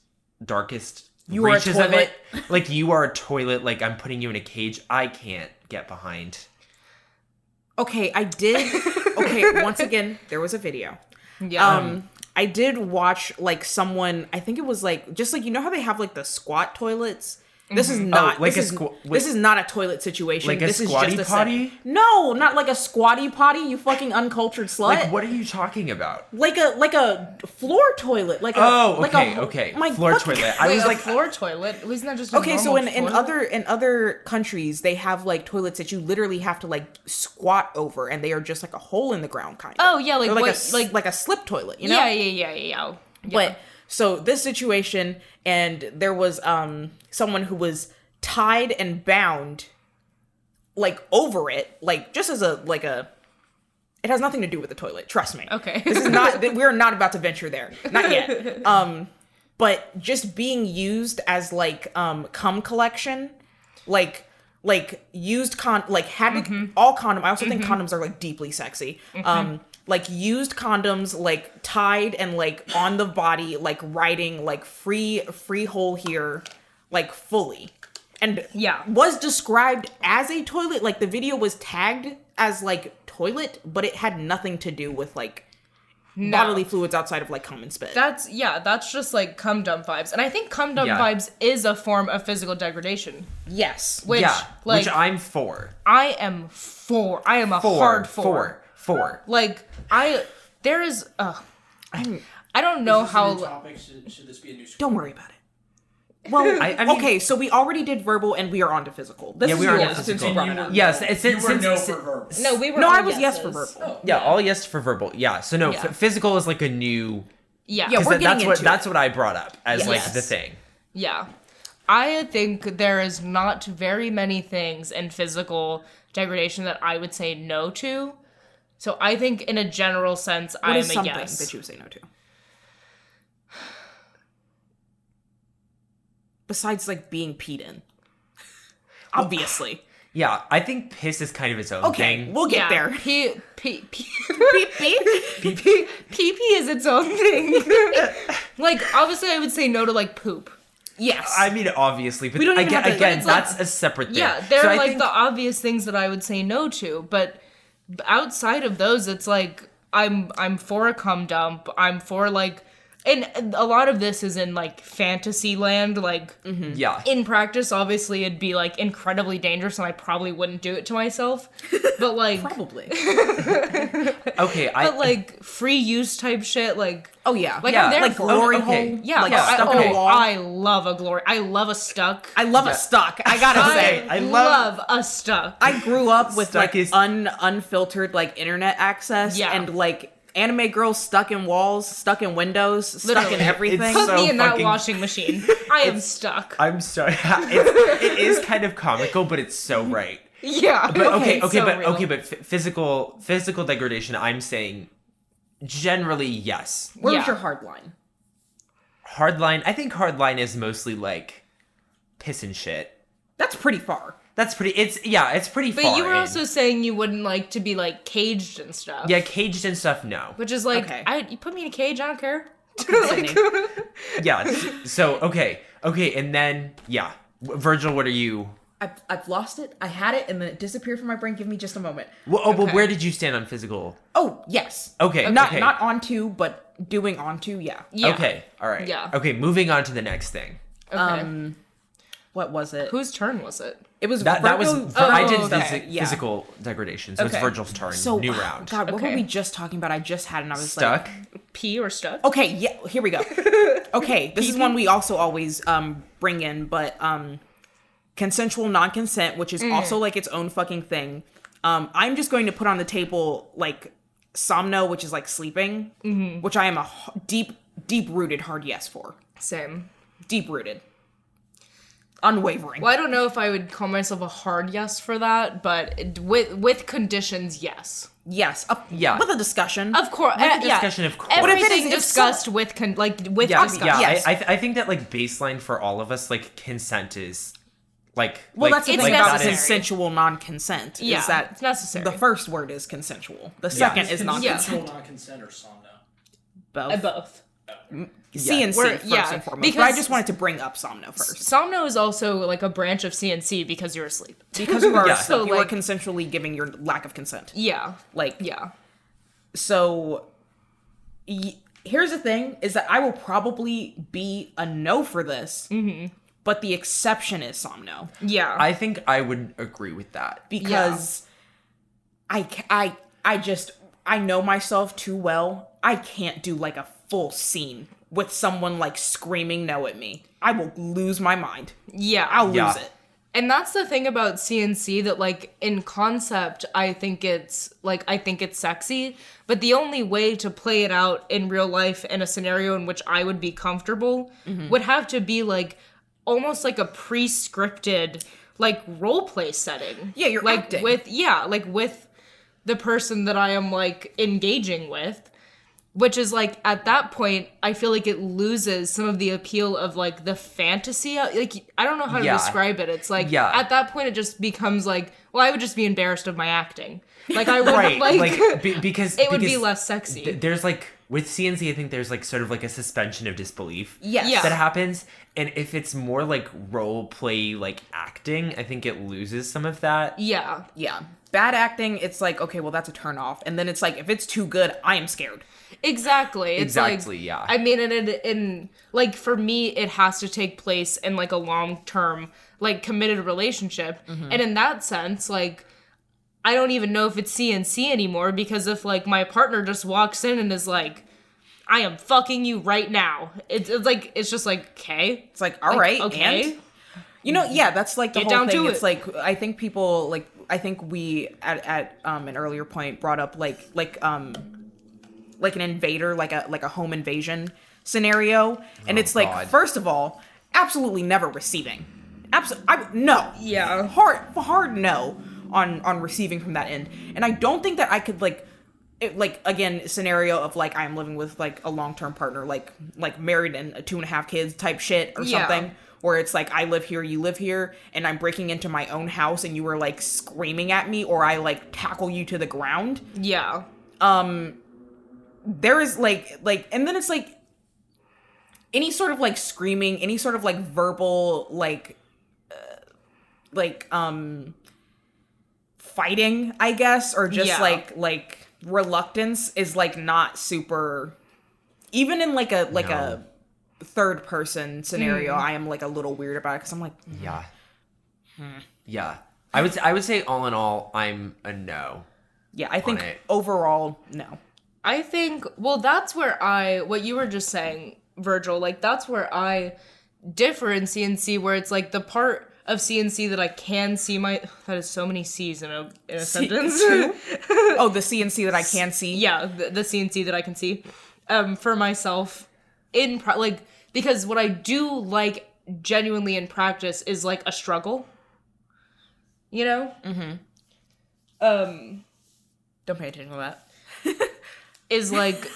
A: darkest
C: You are a
A: reaches of it. Like you are a toilet. Like I'm putting you in a cage. I can't get behind.
C: Okay, I did. Okay, once again, there was a video.
B: Yeah.
C: Um, I did watch like someone. I think it was like just like you know how they have like the squat toilets. This is not
A: Oh, like
C: this
A: a
C: is,
A: squa- wait.
C: this is not a toilet situation.
A: Like a
C: this
A: squatty
C: is just a
A: potty?
C: setting. No, not like a squatty potty. You fucking uncultured slut.
A: Like, what are you talking about?
C: Like a like a floor toilet. Like a,
A: Oh,
C: like a-
A: okay, okay.
C: My
A: floor
C: fucking-
A: toilet. I
B: Wait,
A: was
B: a
A: like,
B: floor toilet. Wasn't that just a
C: Okay, so in,
B: normal
C: in
B: toilet?
C: other in other countries they have like toilets that you literally have to like squat over and they are just like a hole in the ground kind of.
B: Oh, yeah, like
C: They're like
B: what-
C: a s-
B: like-
C: like a slip toilet, you know?
B: yeah, yeah, yeah, yeah, yeah.
C: But so this situation, and there was um someone who was tied and bound, like over it, like just as a like a. It has nothing to do with the toilet. Trust me.
B: Okay.
C: this is not. th- We're not about to venture there. Not yet. Um, but just being used as like um cum collection, like like used con like having all condom. I also think condoms are like deeply sexy. Um, like used condoms, like tied and like on the body, like riding like free free hole here, like fully, and
B: Yeah.
C: was described as a toilet. Like the video was tagged as like toilet, but it had nothing to do with like bodily fluids outside of like cum and spit.
B: That's yeah, that's just like cum dump vibes. And I think cum dump
A: Yeah.
B: vibes is a form of physical degradation.
C: yes.
B: Which
A: yeah,
B: like
A: which I'm for.
B: I am for. I am a
A: For,
B: hard for.
A: for, for,
B: Like I there is uh I don't know
D: Is this a new
B: how
D: topic? Should, should this be a new school?
C: Don't worry about it. Well,
A: I- I mean-
C: okay, so we already did verbal and we are on to physical. This
A: Yeah,
C: is
A: we are
C: new
A: on to
C: since
A: physical.
C: you brought it up.
A: Yes, it's,
D: You
A: since,
D: were no
A: since-
D: for verbal.
B: No, we were
C: No,
B: all
C: I was yes
B: yeses.
C: for verbal.
A: yeah, all yes for verbal. Yeah, so no,
B: Yeah.
A: f- physical is like a new.
B: Yeah.
C: Yeah,
B: Yeah.
C: we're
A: that- that's
C: getting
A: what
C: into
A: that's what I brought up as like
B: Yes.
A: the thing.
B: I think there is not very many things in physical degradation that I would say no to. So I think in a general sense
C: What
B: I
C: is
B: am a
C: something
B: yes.
C: that you would say no to? Besides like being peed in. Obviously.
A: Yeah, I think piss is kind of its own
C: Okay,
A: thing.
C: we'll
B: yeah.
C: get there.
B: P P P
C: Pee pee.
B: PP is its own thing. like obviously, I would say no to like poop.
C: Yes.
A: I mean, obviously, but
C: We don't even
A: again,
C: have to-
A: again
B: it's like-
A: that's a separate thing.
B: Yeah, they're
A: So I
B: like
A: think-
B: the obvious things that I would say no to. But outside of those, it's like I'm I'm for a cum dump. I'm for like, and a lot of this is in like fantasy land. Like
A: yeah,
B: in practice, obviously, it'd be like incredibly dangerous, and I probably wouldn't do it to myself. But like,
C: Probably.
A: okay, I
B: but like free use type shit. Like
C: Oh yeah.
B: Like,
A: yeah,
B: I'm there
C: like
B: for it.
C: glory
A: Okay.
C: hole.
B: Yeah,
C: Like
B: no,
C: stuck
B: I,
C: in
B: oh,
C: a wall. I,
B: I love a glory. I love a stuck.
C: love a stuck. I gotta
B: I
C: say.
A: I love-
B: love, a stuck.
C: I grew up with
A: Stuck
C: like
A: is-
C: un unfiltered like internet access
B: Yeah.
C: and like anime girls stuck in walls, stuck in windows, stuck in
B: Literally.
C: everything.
A: It's
B: Put
A: so
B: me in that
A: fucking-
B: washing machine. I am stuck.
A: I'm sorry. It's, it is kind of comical, but it's so right.
B: yeah.
A: But okay, okay,
B: so
A: but
B: real.
A: okay, but f- physical physical degradation. I'm saying generally yes.
C: Where was
B: Yeah.
C: your hard line?
A: Hardline. I think hardline is mostly like piss and shit.
C: That's pretty far.
A: That's pretty. It's yeah. It's pretty.
B: But
A: far
B: you were
A: in.
B: also saying you wouldn't like to be like caged and stuff.
A: yeah caged and stuff. No.
B: Which is like,
C: Okay.
B: I you put me in a cage. I don't care.
C: Sydney.
A: Yeah. s- so okay, okay, and then yeah, W- Virgil, what are you?
C: I've, I've lost it. I had it and then it disappeared from my brain. Give me just a moment.
A: Well, oh, but
B: Okay.
A: where did you stand on physical?
C: Oh yes.
A: Okay,
C: Not
A: okay.
C: not onto, but doing onto. Yeah.
B: Yeah.
A: Okay. All right.
B: Yeah.
A: Okay. Moving on to the next thing.
B: Okay.
C: Um, what was it?
B: Whose turn was it?
C: It was
A: That that was
C: Virgo-
A: Vir- I did
B: oh,
A: phys-
C: okay, yeah.
A: physical degradation, so it's
B: Okay.
A: Virgil's turn.
C: So
A: new round.
C: God, what
B: Okay.
C: were we just talking about? I just had and I was like,
A: Stuck.
B: Pee or stuck?
A: Oh.
C: Okay, yeah, here we go. Okay, this is one we also always um bring in, but um consensual non-consent, which is also like its own fucking thing. Um I'm just going to put on the table like somno, which is like sleeping, which I am a h- deep deep rooted hard yes for.
B: Same.
C: Deep rooted. Unwavering.
B: Well, I don't know if I would call myself a hard yes for that, but it- with with conditions, yes.
C: Yes. Up,
A: Yeah.
C: With a discussion.
B: Of course, eh,
A: With the discussion, of course.
B: Everything
C: But if it is- if
B: discussed with con- like with
A: Yeah.
B: discussion.
A: Yeah.
C: Yes.
A: I, I, th- I think that like baseline for all of us, like consent is, like
C: well,
A: like,
C: that's the
B: It's
C: thing about
A: that is-
B: necessary.
C: consensual non-consent.
B: Yeah,
C: is that
B: it's necessary.
C: The first word is consensual. The second is
D: not
B: Yeah.
C: non-consent.
D: consensual, not consent, or somno.
B: Uh, both.
C: CNC
B: We're-
C: first
B: yeah,
C: and foremost.
B: because-
C: but I just wanted to bring up Somno first
B: Somno is also like a branch of CNC because you're asleep.
C: because you are
A: Yeah.
C: so you
B: like-
C: are consensually giving your lack of consent.
B: Yeah.
C: Like
B: Yeah.
C: so, y- here's the thing is that I will probably be a no for this, but the exception is somno
B: Mm-hmm. Yeah.
A: I think I would agree with that.
C: because I ca- I I just I know myself too well. I can't do like a full scene with someone like screaming no at me. I will lose my mind.
B: yeah.
C: I'll
A: Yeah.
C: lose it.
B: And that's the thing about CNC that like in concept I think it's like I think it's sexy, but the only way to play it out in real life in a scenario in which I would be comfortable
C: Mm-hmm.
B: would have to be like almost like a pre-scripted like role play setting.
C: Yeah, you're
B: like
C: acting.
B: with yeah, like with the person that I am like engaging with which is like at that point i feel like it loses some of the appeal of like the fantasy like i don't know how to
A: Yeah.
B: describe it it's like
A: Yeah.
B: at that point it just becomes like well i would just be embarrassed of my acting like i would
A: Right.
B: like,
A: Like, be- because
B: it would be
A: because
B: less sexy
A: th- there's like with CNC, I think there's like sort of like a suspension of disbelief.
C: Yes.
B: Yeah.
A: That happens, and if it's more like role play, like acting, I think it loses some of that.
B: yeah
C: Yeah. Bad acting, it's like, okay, well that's a turn off. And then it's like if it's too good, I am scared.
B: exactly it's
A: Exactly,
B: like,
A: yeah.
B: i mean and in, in like for me it has to take place in like a long term like committed relationship
A: Mm-hmm.
B: and in that sense like i don't even know if it's cnc anymore because if like my partner just walks in and is like i am fucking you right now it's, it's like it's just like okay
C: It's like, all right,
B: okay.
C: and you know, yeah, that's like the
B: Get
C: whole
B: down
C: thing.
B: to
C: it's
B: it.
C: like I think people like I think we at at um an earlier point brought up like like um like an invader, like a like a home invasion scenario. And it's like,
A: God.
C: first of all, absolutely never receiving. Absolutely no.
B: Yeah.
C: Hard hard no on on receiving from that end. And I don't think that I could like it, like again scenario of like I'm living with like a long term partner, like like married and two and a half kids type shit or
B: Yeah.
C: something, where it's like I live here, you live here, and I'm breaking into my own house, and you were like screaming at me, or I like tackle you to the ground.
B: yeah
C: There is like like, and then it's like any sort of like screaming, any sort of like verbal like uh, like um fighting, I guess, or just
B: Yeah.
C: like like reluctance is like not super even in like a like
A: No.
C: a third person scenario, I am like a little weird about it cuz I'm like
A: Yeah. Hmm. Yeah. I would. I would say all in all, I'm a no.
C: yeah, I think
A: it.
C: overall no.
B: I think well that's where I what you were just saying, Virgil, like that's where I differ in CNC where it's like the part of CNC that I can see my that is so many C's in a in a sentence.
C: Oh, the CNC that I can see.
B: yeah, the, the CNC that I can see um for myself in pra- like because what I do like genuinely in practice is like a struggle. You know? Mhm. Um
C: Don't pay attention to that.
B: is like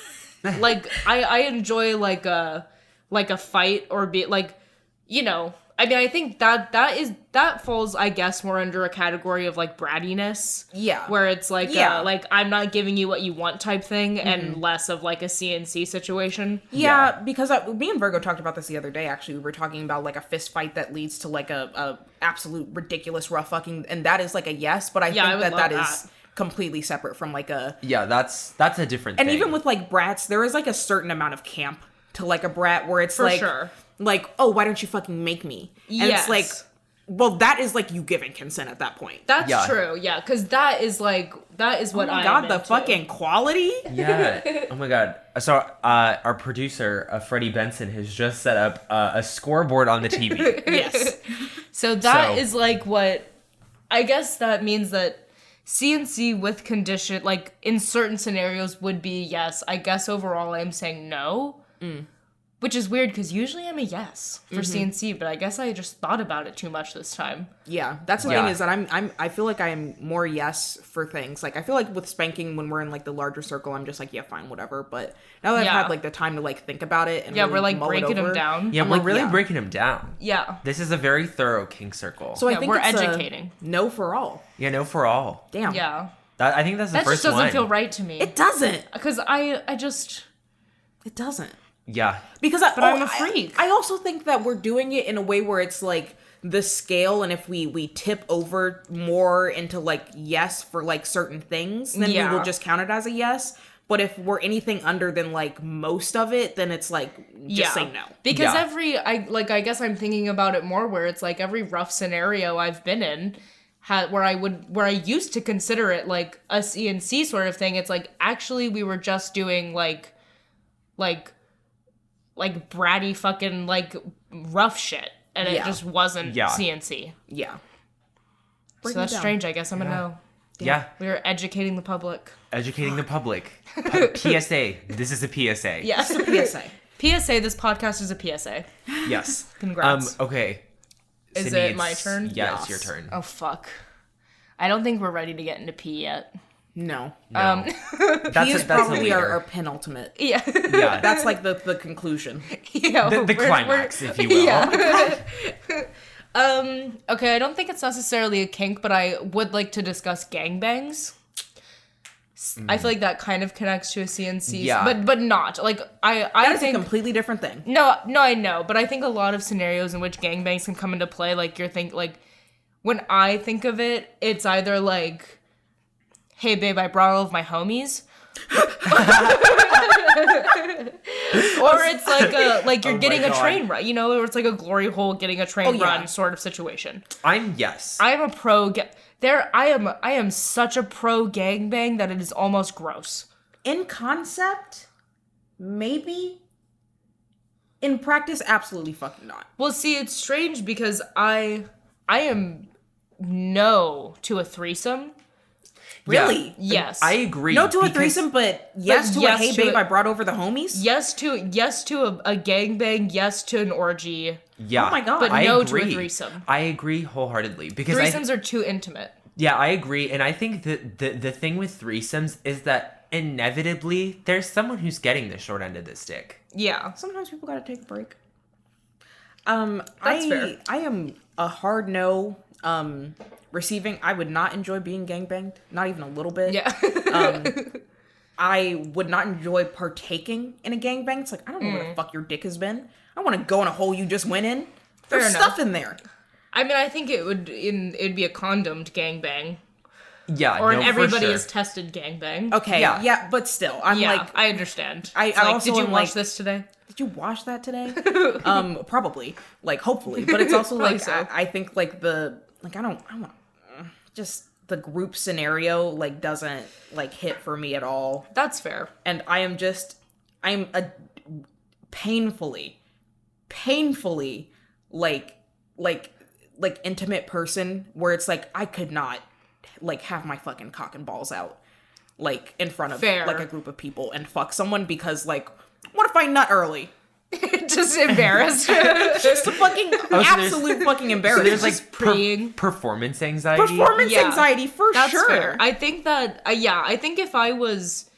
B: like I I enjoy like a like a fight or be like you know I mean I think that that is that falls I guess more under a category of like brattiness
C: Yeah.
B: where it's like
C: Yeah. Mm-hmm.
B: yeah like I'm not giving you what you want type thing and less of like a CNC situation
C: Yeah, because I, me and Virgo talked about this the other day. Actually, we were talking about like a fist fight that leads to like a, a absolute ridiculous rough fucking, and that is like a yes. But I
B: Yeah, I
C: think
B: would love
C: that that is
B: that.
C: completely separate from like a,
A: Yeah. That's that's a different.
C: and
A: thing.
C: even with like brats, there is like a certain amount of camp to like a brat where it's
B: For
C: like,
B: sure.
C: like oh why don't you fucking make me? And it's
B: Yes.
C: like, well that is like you giving consent at that point.
B: that's
A: Yeah.
B: true yeah because that is like that is what
C: oh my
B: I
C: god,
B: am
C: the
B: into.
C: fucking quality.
A: Yeah. Oh my god. So uh, our producer, uh, Freddie Benson, has just set up uh, a scoreboard on the TV.
C: yes.
B: So that is
A: So-
B: like what I guess that means that CNC with condition like in certain scenarios would be yes. I guess overall I'm saying no. Which is weird because usually I'm a yes for CNC, but I guess I just thought about it too much this time.
C: Yeah, that's the
A: Yeah.
C: thing is that I'm I'm I feel like I am more yes for things. Like I feel like with spanking when we're in like the larger circle, I'm just like yeah, fine, whatever. But now that I've
B: Yeah.
C: had like the time to like think about it and
B: Yeah,
C: really
B: we're like
C: mull it
B: breaking them
C: over-
B: down.
A: yeah, we're
C: like,
A: really
C: yeah.
A: breaking him down.
B: Yeah.
A: This is a very thorough king circle.
C: So I
B: Yeah,
C: think
B: we're
C: it's a
B: educating.
C: no for all.
A: yeah, no for all.
C: Damn.
B: Yeah.
A: That, I think that's the
B: That
A: first
B: just doesn't
A: one.
B: feel right to me.
C: It doesn't.
B: Because I I just
C: It doesn't.
A: Yeah.
C: Because I,
B: But I'm
C: oh,
B: a
C: I-
B: freak.
C: I, also think that we're doing it in a way where it's like the scale, and if we we tip over more into like yes for like certain things, then we
B: Yeah.
C: will just count it as a yes. But if we're anything under than like most of it, then it's like just say no.
B: Because
A: Yeah.
B: every I like I guess I'm thinking about it more where it's like every rough scenario I've been in ha where I would where I used to consider it like a C and C sort of thing, it's like actually we were just doing like like like bratty fucking like rough shit. And it
C: Yeah.
B: just wasn't
A: Yeah.
B: CNC.
C: Yeah.
B: So that's strange, I guess. I'm gonna know.
A: yeah.
B: We were educating the public.
A: Educating the public. P- PSA. This is a PSA.
B: Yes.
C: PSA.
B: PSA, this podcast is a PSA.
A: Yes.
B: Congrats.
A: Um, okay.
B: Is
A: Sydney,
B: it my
A: it's-
B: turn?
A: Yeah, it's
C: Yes.
A: your turn.
B: Oh fuck. I don't think we're ready to get into P yet.
C: No.
A: Um, that's
C: he
A: a, that's
C: is probably
A: a
C: our,
A: leader.
C: our penultimate.
B: Yeah.
A: yeah.
C: That's like the, the conclusion.
B: yeah,
A: the, the
B: we're-
A: climax,
B: we're-
A: if you will.
B: Yeah. um, okay, I don't think it's necessarily a kink, but I would like to discuss gangbangs. S- I feel like that kind of connects to a CNC,
A: Mm. Yeah.
B: but but not like I. I
C: That's a
B: think
C: completely different thing.
B: no, no, I know, but I think a lot of scenarios in which gangbangs can come into play, like you're think like when I think of it, it's either like, "Hey babe, I brought all of my homies," or it's like a like you're
A: my
B: getting a
A: God.
B: train run, you know, or it's like a glory hole getting a train
C: Oh, yeah.
B: run sort of situation.
A: I'm yes.
B: I am a pro. Ga- there, I am. I am such a pro gangbang that it is almost gross.
C: In concept, maybe. In practice, absolutely fucking not.
B: Well, see, it's strange because I I am no to a threesome.
A: Yeah.
C: Really?
B: Yes.
A: I agree.
C: No to a
A: because-
C: threesome, but yes to
B: yes
C: a hey
B: to
C: babe,
B: a-
C: I brought over the homies.
B: yes to yes to a, a gangbang, yes to an orgy.
A: Yeah.
C: Oh my God. But
A: I
B: no to a
A: agree.
B: threesome.
A: I agree wholeheartedly because I
B: Threesomes are too intimate.
A: Yeah, I agree. And I think that the, the thing with threesomes is that inevitably there's someone who's getting the short end of the stick.
B: Yeah.
C: Sometimes people gotta take a break. Um,
B: That's
C: I
B: fair.
C: I am a hard no. Um, receiving, I would not enjoy being gangbanged, not even a little bit.
B: Yeah.
C: Uh, I would not enjoy partaking in a gangbang. It's like I don't know where the fuck your dick has been. I want to go in a hole you just went in. There's
B: enough.
C: stuff in there.
B: I mean, I think it would in it'd be a condomed gangbang
A: Yeah,
B: or
A: no,
B: an
A: for
B: everybody
A: sure.
B: is tested gangbang.
C: Okay,
A: Yeah.
C: yeah, but still, I'm
B: Yeah,
C: like,
B: I understand.
C: I-
B: It's
C: I
B: like,
C: also
B: did you
C: am,
B: watch
C: like-
B: this today?
C: did you wash that today? um, probably, like, hopefully, but it's also
B: Probably
C: like
B: so.
C: I, I think like the like I don't I want just the group scenario like doesn't like hit for me at all,
B: That's fair.
C: and I am just I'm a painfully, painfully like like like intimate person where it's like I could not like have my fucking cock and balls out like in front of
B: Fair.
C: like a group of people and fuck someone because like what if I nut early?
B: Just embarrassed.
C: Just a fucking
A: so there's-
C: absolute fucking embarrassment.
A: There's like
B: just
A: per-
B: preying.
A: performance anxiety.
C: performance
B: Yeah.
C: anxiety for
B: That's
C: sure.
B: fair. I think that uh, yeah, I think if I was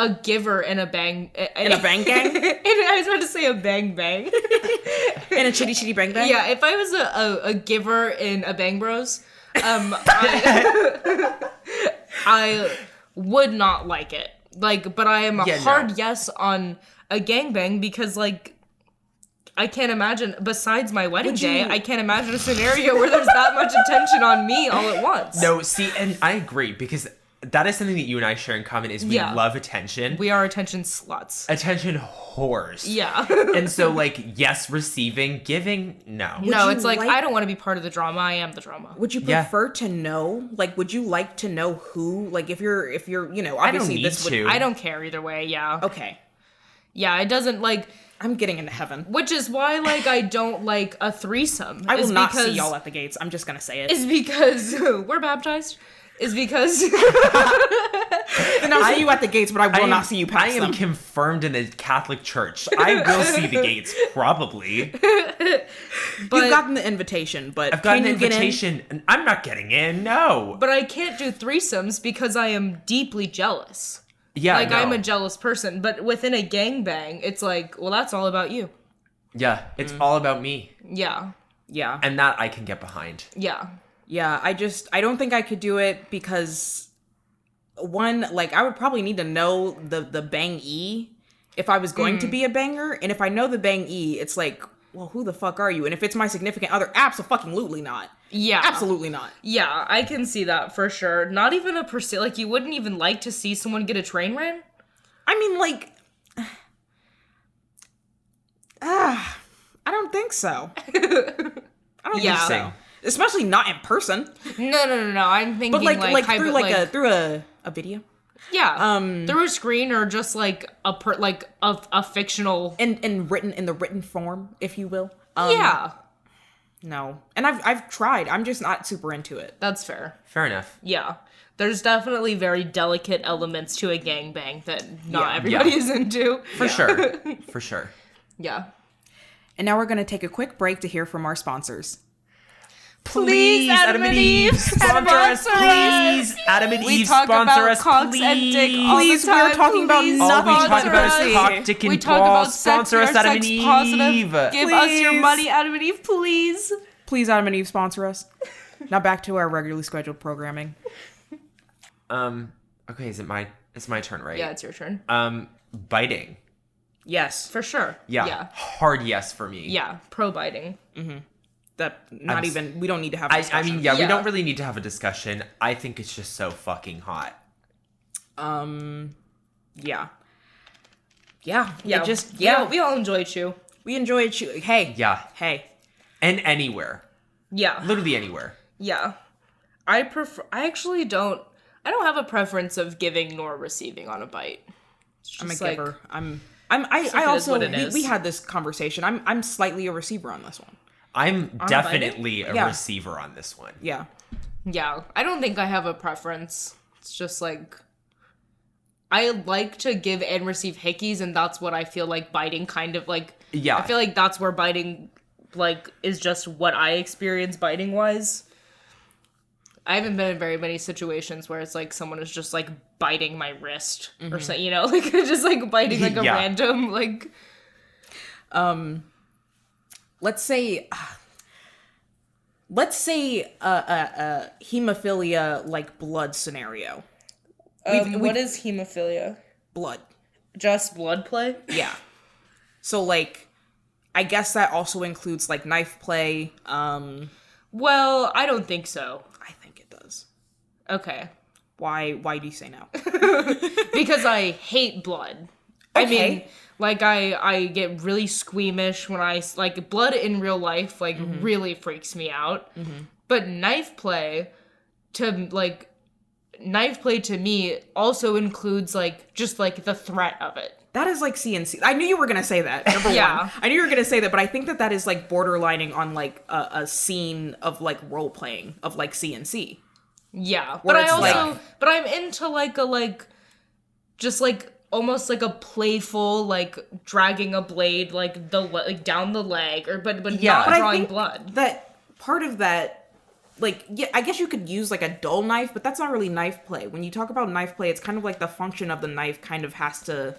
B: a giver in a bang eh,
C: in a bang gang,
B: in, I was about to say a bang bang.
C: in a chitty chitty bang bang.
B: yeah, if I was a, a, a giver in a bang bros, um, I, I would not like it. Like, but I am a
A: Yeah, no.
B: hard yes on a gangbang because like. I can't imagine. Besides my wedding
C: Would you-
B: day, I can't imagine a scenario where there's that much attention on me all at once.
A: No, see, and I agree because that is something that you and I share in common is we
B: Yeah.
A: love attention.
B: we are attention sluts.
A: attention whores.
B: Yeah.
A: And so like yes, receiving, giving, no.
B: no,
C: you
B: it's like,
C: like-
B: I don't want to be part of the drama. I am the drama.
C: Would you
A: Yeah.
C: prefer to know? Like, would you like to know who? Like, if you're, if you're, you know,
A: I don't
C: obviously
A: need
C: this would.
A: to.
B: I don't care either way. Yeah,
C: Okay,
B: yeah. It doesn't like,
C: I'm getting into heaven.
B: which is why like I don't like a threesome.
C: I will
B: is
C: not see
B: because-
C: y'all at the gates. I'm just gonna say it.
B: Is because we're baptized. Is because
C: And I'll see you at the gates, but I will
A: I am-
C: not see you
A: I
C: past
A: am
C: them.
A: confirmed in a Catholic church. I will see the gates probably.
C: You've gotten the invitation, but
A: I've got
C: can
A: an
C: you get in?
A: invitation and I'm not getting in. No.
B: but I can't do threesomes because I am deeply jealous.
A: yeah.
B: Like I'm
A: no.
B: a jealous person, but within a gangbang, it's like, well, that's all about you.
A: Yeah, it's
B: Mm.
A: all about me.
B: Yeah,
C: Yeah,
A: And that I can get behind.
B: yeah,
C: yeah. I just, I don't think I could do it because one, like, I would probably need to know the the bang e if I was going to be a banger, and if I know the bang e, it's like, well, who the fuck are you? And if it's my significant other, absolutely not.
B: yeah.
C: Absolutely not.
B: Yeah, I can see that for sure. Not even a percent. Like you wouldn't even like to see someone get a train ran.
C: I mean, like, ah, I don't think so. I don't
B: Yeah.
C: think so. Especially not in person,
B: No, no, no, no. I'm thinking
C: but like, like,
B: hybrid,
C: through like, a through a, a video
B: yeah,
C: um,
B: through a screen or just like a per, like a, a fictional.
C: and and written in the written form, if you will. Um,
B: yeah,
C: No, and I've I've tried. I'm just not super into it.
B: that's fair.
A: Fair enough.
B: Yeah, there's definitely very delicate elements to a gangbang that not
C: Yeah.
B: everybody
A: Yeah.
B: is into.
A: For sure. For sure.
B: Yeah.
C: And now we're gonna take a quick break to hear from our sponsors.
B: Please, Adam and Eve,
A: sponsor us,
B: sponsor us.
A: please. Adam and
B: We
A: Eve,
B: talk
A: sponsor
B: about
A: us,
B: cocks
A: please.
B: and dick all
C: Please,
B: the
C: we
B: time.
C: are talking about
B: Please
A: all we
B: sponsor
A: talk about is
B: us.
A: cock, dick, and
B: we talk
A: balls.
B: about
A: Sponsor
B: sex,
A: us, Adam
B: sex
A: and
B: positive.
A: Eve.
B: Give us your
C: Please.
B: money, Adam and Eve, please.
C: Please, Adam and Eve, sponsor us. now back to our regularly scheduled programming.
A: Um. Okay, is it my? It's my turn, right?
B: Yeah, it's your turn.
A: Um, biting.
C: Yes,
B: For sure.
A: Yeah.
B: Yeah.
A: Hard yes for me.
B: Yeah. Pro biting.
C: that not
A: I'm s-
C: even we don't need to have. a
A: I, I
C: discussion.
A: mean, yeah, we
B: Yeah.
A: don't really need to have a discussion. I think it's just so fucking hot.
C: Um, yeah, yeah,
B: Yeah.
C: yeah. Just
B: yeah.
C: yeah,
B: We all, we all enjoy chew.
C: we enjoy it. shoo- Hey,
A: Yeah.
C: hey,
A: And anywhere.
B: Yeah.
A: Literally anywhere.
B: Yeah. I prefer. I actually don't. I don't have a preference of giving nor receiving on a bite. It's
C: I'm a
B: just like-
C: giver. I'm. I'm. I.
B: it
C: I
B: is
C: also.
B: what it
C: We,
B: is.
C: we had this conversation. I'm. I'm slightly a receiver on this one.
A: I'm definitely a
C: Yeah.
A: receiver on this one.
C: Yeah.
B: Yeah, I don't think I have a preference. It's just like I like to give and receive hickeys, and that's what I feel like biting kind of like.
A: Yeah.
B: I feel like that's where biting, like, is just what I experience biting wise. I haven't been in very many situations where it's like someone is just like biting my wrist or something, you know, like just like biting like a
A: Yeah.
B: random like.
C: Let's say. Let's say a, a, a hemophilia like blood scenario.
B: Um, what is hemophilia?
C: Blood.
B: Just blood play.
C: Yeah. So like, I guess that also includes like knife play. Um,
B: Well, I don't think so.
C: I think it does.
B: Okay,
C: Why? Why do you say no?
B: because I hate blood. I
C: Okay.
B: mean, like I I get really squeamish when I s- like blood in real life like really freaks me out. But knife play to like knife play to me also includes like just like the threat of it.
C: That is like CNC. I knew you were gonna say that. Number
B: Yeah.
C: one, I knew you were gonna say that, but I think that that is like borderlining on like a, a scene of like role playing of like CNC.
B: Yeah.
C: Where
B: But I
C: it's
B: also
C: like-
B: but I'm into like a like just like almost like a playful like dragging a blade like the le- like down the leg or but but
A: Yeah.
B: not
A: But
C: I
B: drawing
C: think
B: blood.
C: That part of that, like, yeah, I guess you could use like a dull knife, but that's not really knife play. When you talk about knife play, it's kind of like the function of the knife kind of has to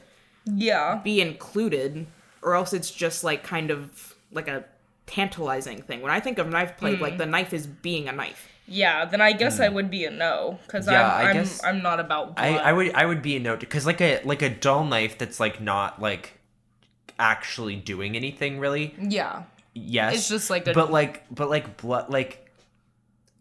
B: Yeah.
C: be included, or else it's just like kind of like a tantalizing thing. When I think of knife play,
A: Hmm.
C: like the knife is being a knife.
B: Yeah, then I guess I would be a no because
A: Mm. Yeah, I
B: I'm I'm,
A: guess-
B: I'm not about blood.
A: I, I would I would be a note because like a like a dull knife that's like not like actually doing anything really.
B: yeah,
A: Yes.
B: It's just like a-
A: But like but like blood like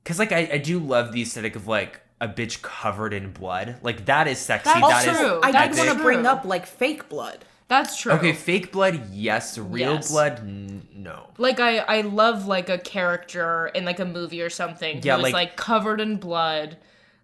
A: cuz like I, I do love the aesthetic of like a bitch covered in blood. Like that is sexy.
B: That's
A: That is
B: true.
C: I
B: That's
C: did
A: epic.
C: want to bring
B: true.
C: up like fake blood.
B: that's true.
A: Okay, fake blood, yes. Real
B: Yes.
A: blood, n- no.
B: Like I I love like a character in like a movie or something
A: Yeah,
B: who
A: like-
B: is like covered in blood,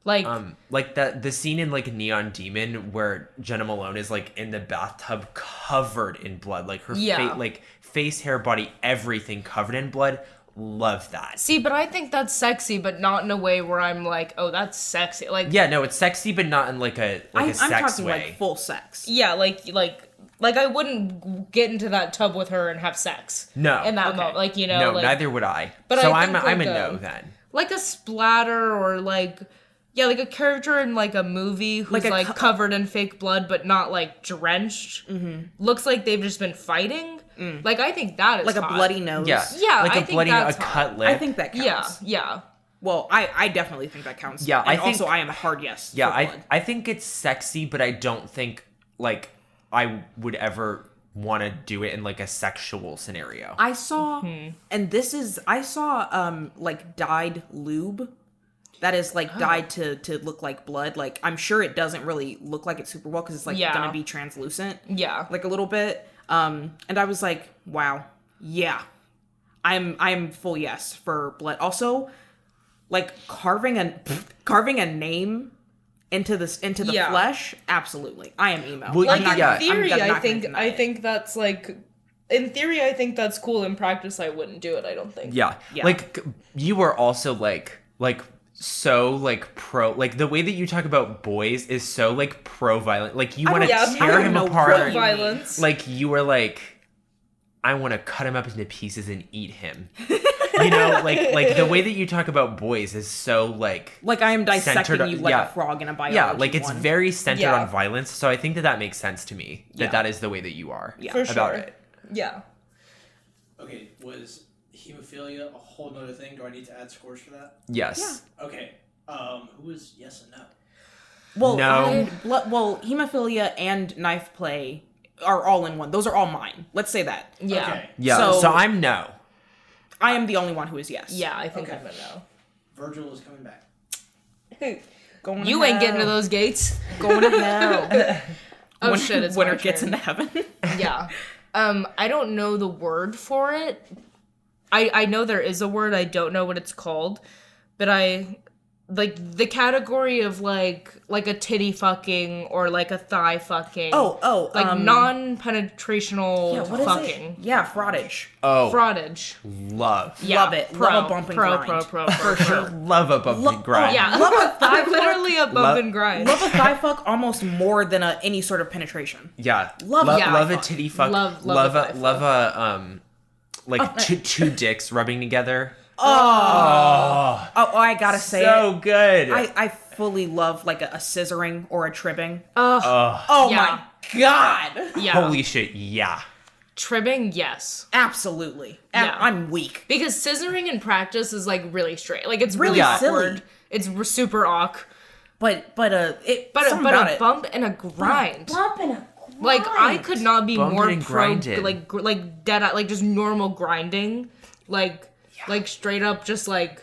B: like
A: Um, like that the scene in like Neon Demon where Jenna Malone is like in the bathtub covered in blood, like her
B: Yeah.
A: fa- like face, hair, body, everything covered in blood. Love that.
B: see. But I think that's sexy, but not in a way where I'm like, oh, that's sexy. Like yeah,
A: Yeah, no, it's sexy, but not in like a like a
C: I, I'm
A: sex
C: talking
A: way.
C: like full sex.
B: like like like I wouldn't get into that tub with her and have sex.
A: No.
B: in that
A: Okay.
B: moment, like you know,
A: no,
B: like,
A: neither would I.
B: But
A: so
B: I
A: I'm
B: think,
A: I'm a
B: like,
A: no
B: um,
A: then.
B: like a splatter or like yeah like a character in like a movie who's
C: Like
B: like,
C: a co-
B: covered in fake blood but not like drenched looks like they've just been fighting like i think that is
C: Mm-hmm. Mm. like a
B: hot.
C: bloody nose.
A: Yeah,
B: Yeah,
A: like a
B: I think
A: bloody a
B: that's hot.
A: cut lip.
C: I think that counts.
B: yeah yeah
C: Well, I, I definitely think that counts.
A: Yeah,
C: And
A: I think-
C: also I am a hard yes.
A: Yeah,
C: for
A: I
C: blood.
A: I think it's sexy, but I don't think like I would ever want to do it in like a sexual scenario.
B: Mm-hmm.
C: I saw, and this is I saw um like dyed lube. that is
B: Oh.
C: like dyed to to look like blood. Like I'm sure it doesn't really look like it super well because it's like
B: Yeah.
C: gonna be translucent,
B: Yeah.
C: like a little bit. Um, and I was like, wow, yeah, I'm I'm full yes for blood. Also, like carving a carving a name into this into the
B: Yeah.
C: flesh, absolutely. I am emo.
A: Well,
B: like
A: I'm not gonna-
B: in theory,
C: I'm not
B: I
C: gonna
B: think
C: deny
B: I
C: it.
B: think that's like in theory I think that's cool. In practice, I wouldn't do it. I don't think.
A: Yeah.
C: Yeah.
A: Like c- you were also like like so like pro like the way that you talk about boys is so like pro violent. Like you
C: I
A: want to
C: don't-
B: yeah, I
A: tear
B: don't
A: him
C: know
A: apart.
C: what-
B: Violence.
A: Like you were like I want to cut him up into pieces and eat him. you know, like like the way that you talk about boys is so like
C: like I am dissecting
A: Centered-
C: you like
A: yeah.
C: a frog in a biology.
A: yeah, like it's
C: one.
A: very centered
B: Yeah.
A: on violence. So I think that that makes sense to me that
C: Yeah.
A: that is the way that you are
C: Yeah.
B: for
A: about
B: sure.
A: it.
B: Yeah.
D: Okay, was hemophilia a whole nother thing? Do I need to add scores for that?
A: Yes.
D: Okay. Um, who was yes and no?
C: well,
A: No.
C: and blo- well, hemophilia and knife play are all in one. Those are all mine. Let's say that
B: Yeah.
D: Okay.
A: Yeah.
C: So-
A: so I'm no.
C: I am the only one who is yes.
B: Yeah, I think
D: Okay.
B: I'm a
D: Virgil is coming back.
B: no.
C: Going to
B: you ain't getting to
C: hell.
B: those gates.
C: Going to hell.
B: Oh
C: when,
B: shit! It's
C: when
B: my
C: it gets
B: turn.
C: into heaven.
B: yeah. Um, I don't know the word for it. I I know there is a word. I don't know what it's called, but I like the category of like like a titty fucking or like a thigh fucking.
C: oh, oh,
B: like
C: um,
B: non-penetrational
C: yeah, what is it?
B: fucking
C: Yeah, fraudage.
A: Oh,
B: fraudage.
A: love.
B: Yeah,
C: Love it.
B: Pro,
C: Love a bump and
B: pro,
C: grind.
B: pro, pro, pro,
C: For sure.
A: Love above
C: Lo-
A: the grind.
B: Yeah,
C: Love a thigh fuck.
B: literally a bump
A: Love-
B: and grind.
C: Love a thigh fuck almost more than a, any sort of penetration.
A: Yeah.
C: Love
A: Lo-
C: a
A: love a
C: fuck.
A: titty fuck. Love
B: Love- love
A: love,
B: a
A: a,
B: thigh
A: love a um like two two dicks rubbing together.
C: Oh, oh I gotta say it.
A: so good.
C: I, I fully love like a, a scissoring or a tribbing.
B: Ugh,
C: Oh
B: Yeah.
C: my god!
B: yeah.
A: Holy shit, yeah.
B: Trimming, yes.
C: Absolutely.
B: Yeah.
C: Yeah. I'm weak.
B: Because scissoring in practice is like really straight. Like it's really
C: Really
B: awkward.
C: silly.
B: It's r- super awk.
C: But but uh it
B: But a,
C: something
B: but
C: about
B: a
C: it.
B: bump and a grind.
C: bumping a grind.
B: Like I could not be
A: Bump
B: more
A: and
B: pro
A: grinded.
B: like gr- like dead eye- like just normal grinding. Like like straight up just like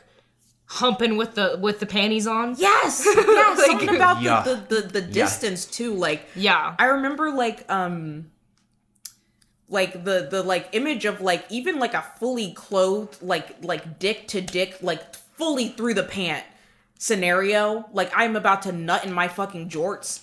B: humping with the with the panties on.
C: Yes! Yeah, something about
A: Yeah.
C: the, the, the, the distance too, like
B: Yeah.
C: I remember like um like the the like image of like even like a fully clothed like like dick to dick like fully through the pant scenario like I'm about to nut in my fucking jorts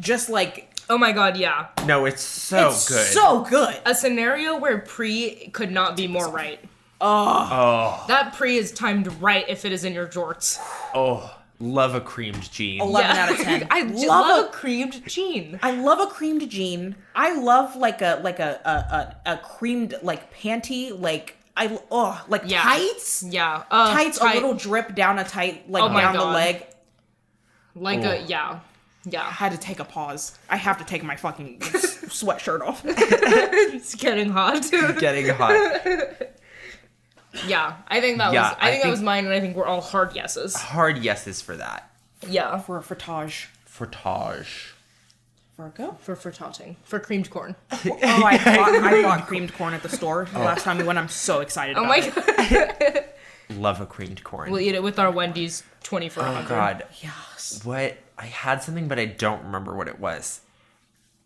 C: just like
B: Oh my god, yeah.
A: No, it's so
C: it's
A: Oh, good.
C: so good
B: A scenario where pre could not be more right.
A: oh,
B: That pre is timed right if it is in your jorts.
A: oh, love a creamed jean.
C: eleven out of ten
B: I love, love a creamed jean.
C: I love a creamed jean. I love like a like a a, a, a creamed like panty like I oh like
B: Yeah.
C: tights
B: Yeah. Uh,
C: tights
B: tight-
C: a little drip down a tight like
B: Oh my
C: down the
B: God.
C: leg.
B: like a
A: Oh.
B: yeah. Yeah.
C: I had to take a pause. I have to take my fucking s- sweatshirt off.
B: It's getting hot.
A: Getting hot.
B: yeah. I think that
A: Yeah,
B: was I,
A: I
B: think, that
A: think-
B: was mine and I think we're all hard yeses.
A: Hard yeses for that.
B: Yeah.
C: For a frottage.
A: Frottage.
C: For a go.
B: For for totting. For creamed corn.
C: Oh, I bought, I bought creamed corn at the store the last time we went. I'm so excited.
B: Oh
C: about
B: my
C: it.
B: god.
A: Love a creamed corn.
B: We'll eat it with our Wendy's twenty four
A: oh
B: hour.
A: god.
C: Yes.
A: What I had something but I don't remember what it was.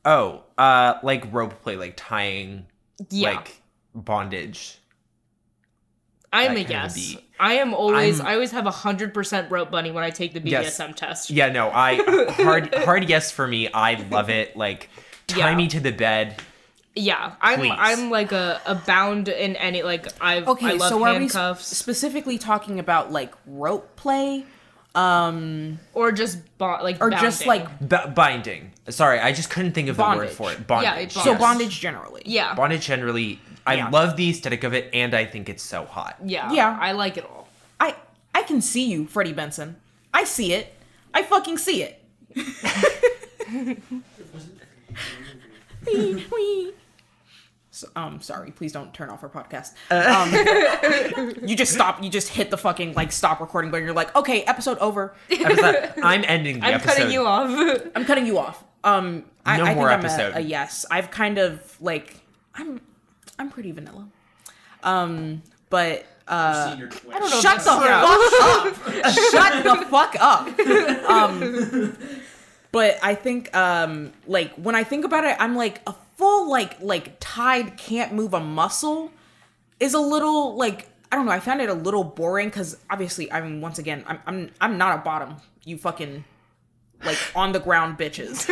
A: Oh, uh like rope play, like tying
B: Yeah.
A: like bondage.
B: I'm
A: that kind
B: a
A: of
B: yes.
A: beat.
B: I am always
A: I'm-
B: i always have a hundred percent rope bunny when I take the BDSM
A: Yes.
B: test.
A: Yeah, no, I hard hard yes for me. I love it. Like tie
B: Yeah.
A: me to the bed.
B: Yeah, I'm
A: Please.
B: I'm like a, a bound in any like I've I
C: Okay,
B: love
C: so are we s-
B: handcuffs
C: specifically talking about like rope play
B: or just bo- like
C: or just like
A: B- binding. Sorry, I just couldn't think of
C: Bondage.
A: the word for it. Bondage.
B: Yeah,
C: so
B: Yes.
C: bondage generally?
B: yeah
A: Bondage generally. I
C: Yeah.
A: love the aesthetic of it, and I think it's so hot.
B: yeah
C: Yeah.
B: I like it all.
C: I I can see you, Freddie Benson. I see it. I fucking see it. Wee, wee. So, um, sorry. Please don't turn off our podcast. Um, you just stop. You just hit the fucking like stop recording button. You're like, okay, episode over.
A: Episode- I'm ending the
B: I'm
A: episode.
B: cutting you off.
C: I'm cutting you off. Um, I,
A: No
C: I
A: more
C: think I'm a-
A: episode.
C: A, yes. I've kind of like I'm I'm pretty vanilla. Um, but uh,
D: senior twin.
B: don't know
C: shut the fuck up. shut the fuck up. Um, but I think um, like when I think about it, I'm like a full like like tied can't move a muscle is a little like I don't know. I found it a little boring because obviously I mean once again I'm I'm I'm not a bottom. You fucking like on the ground bitches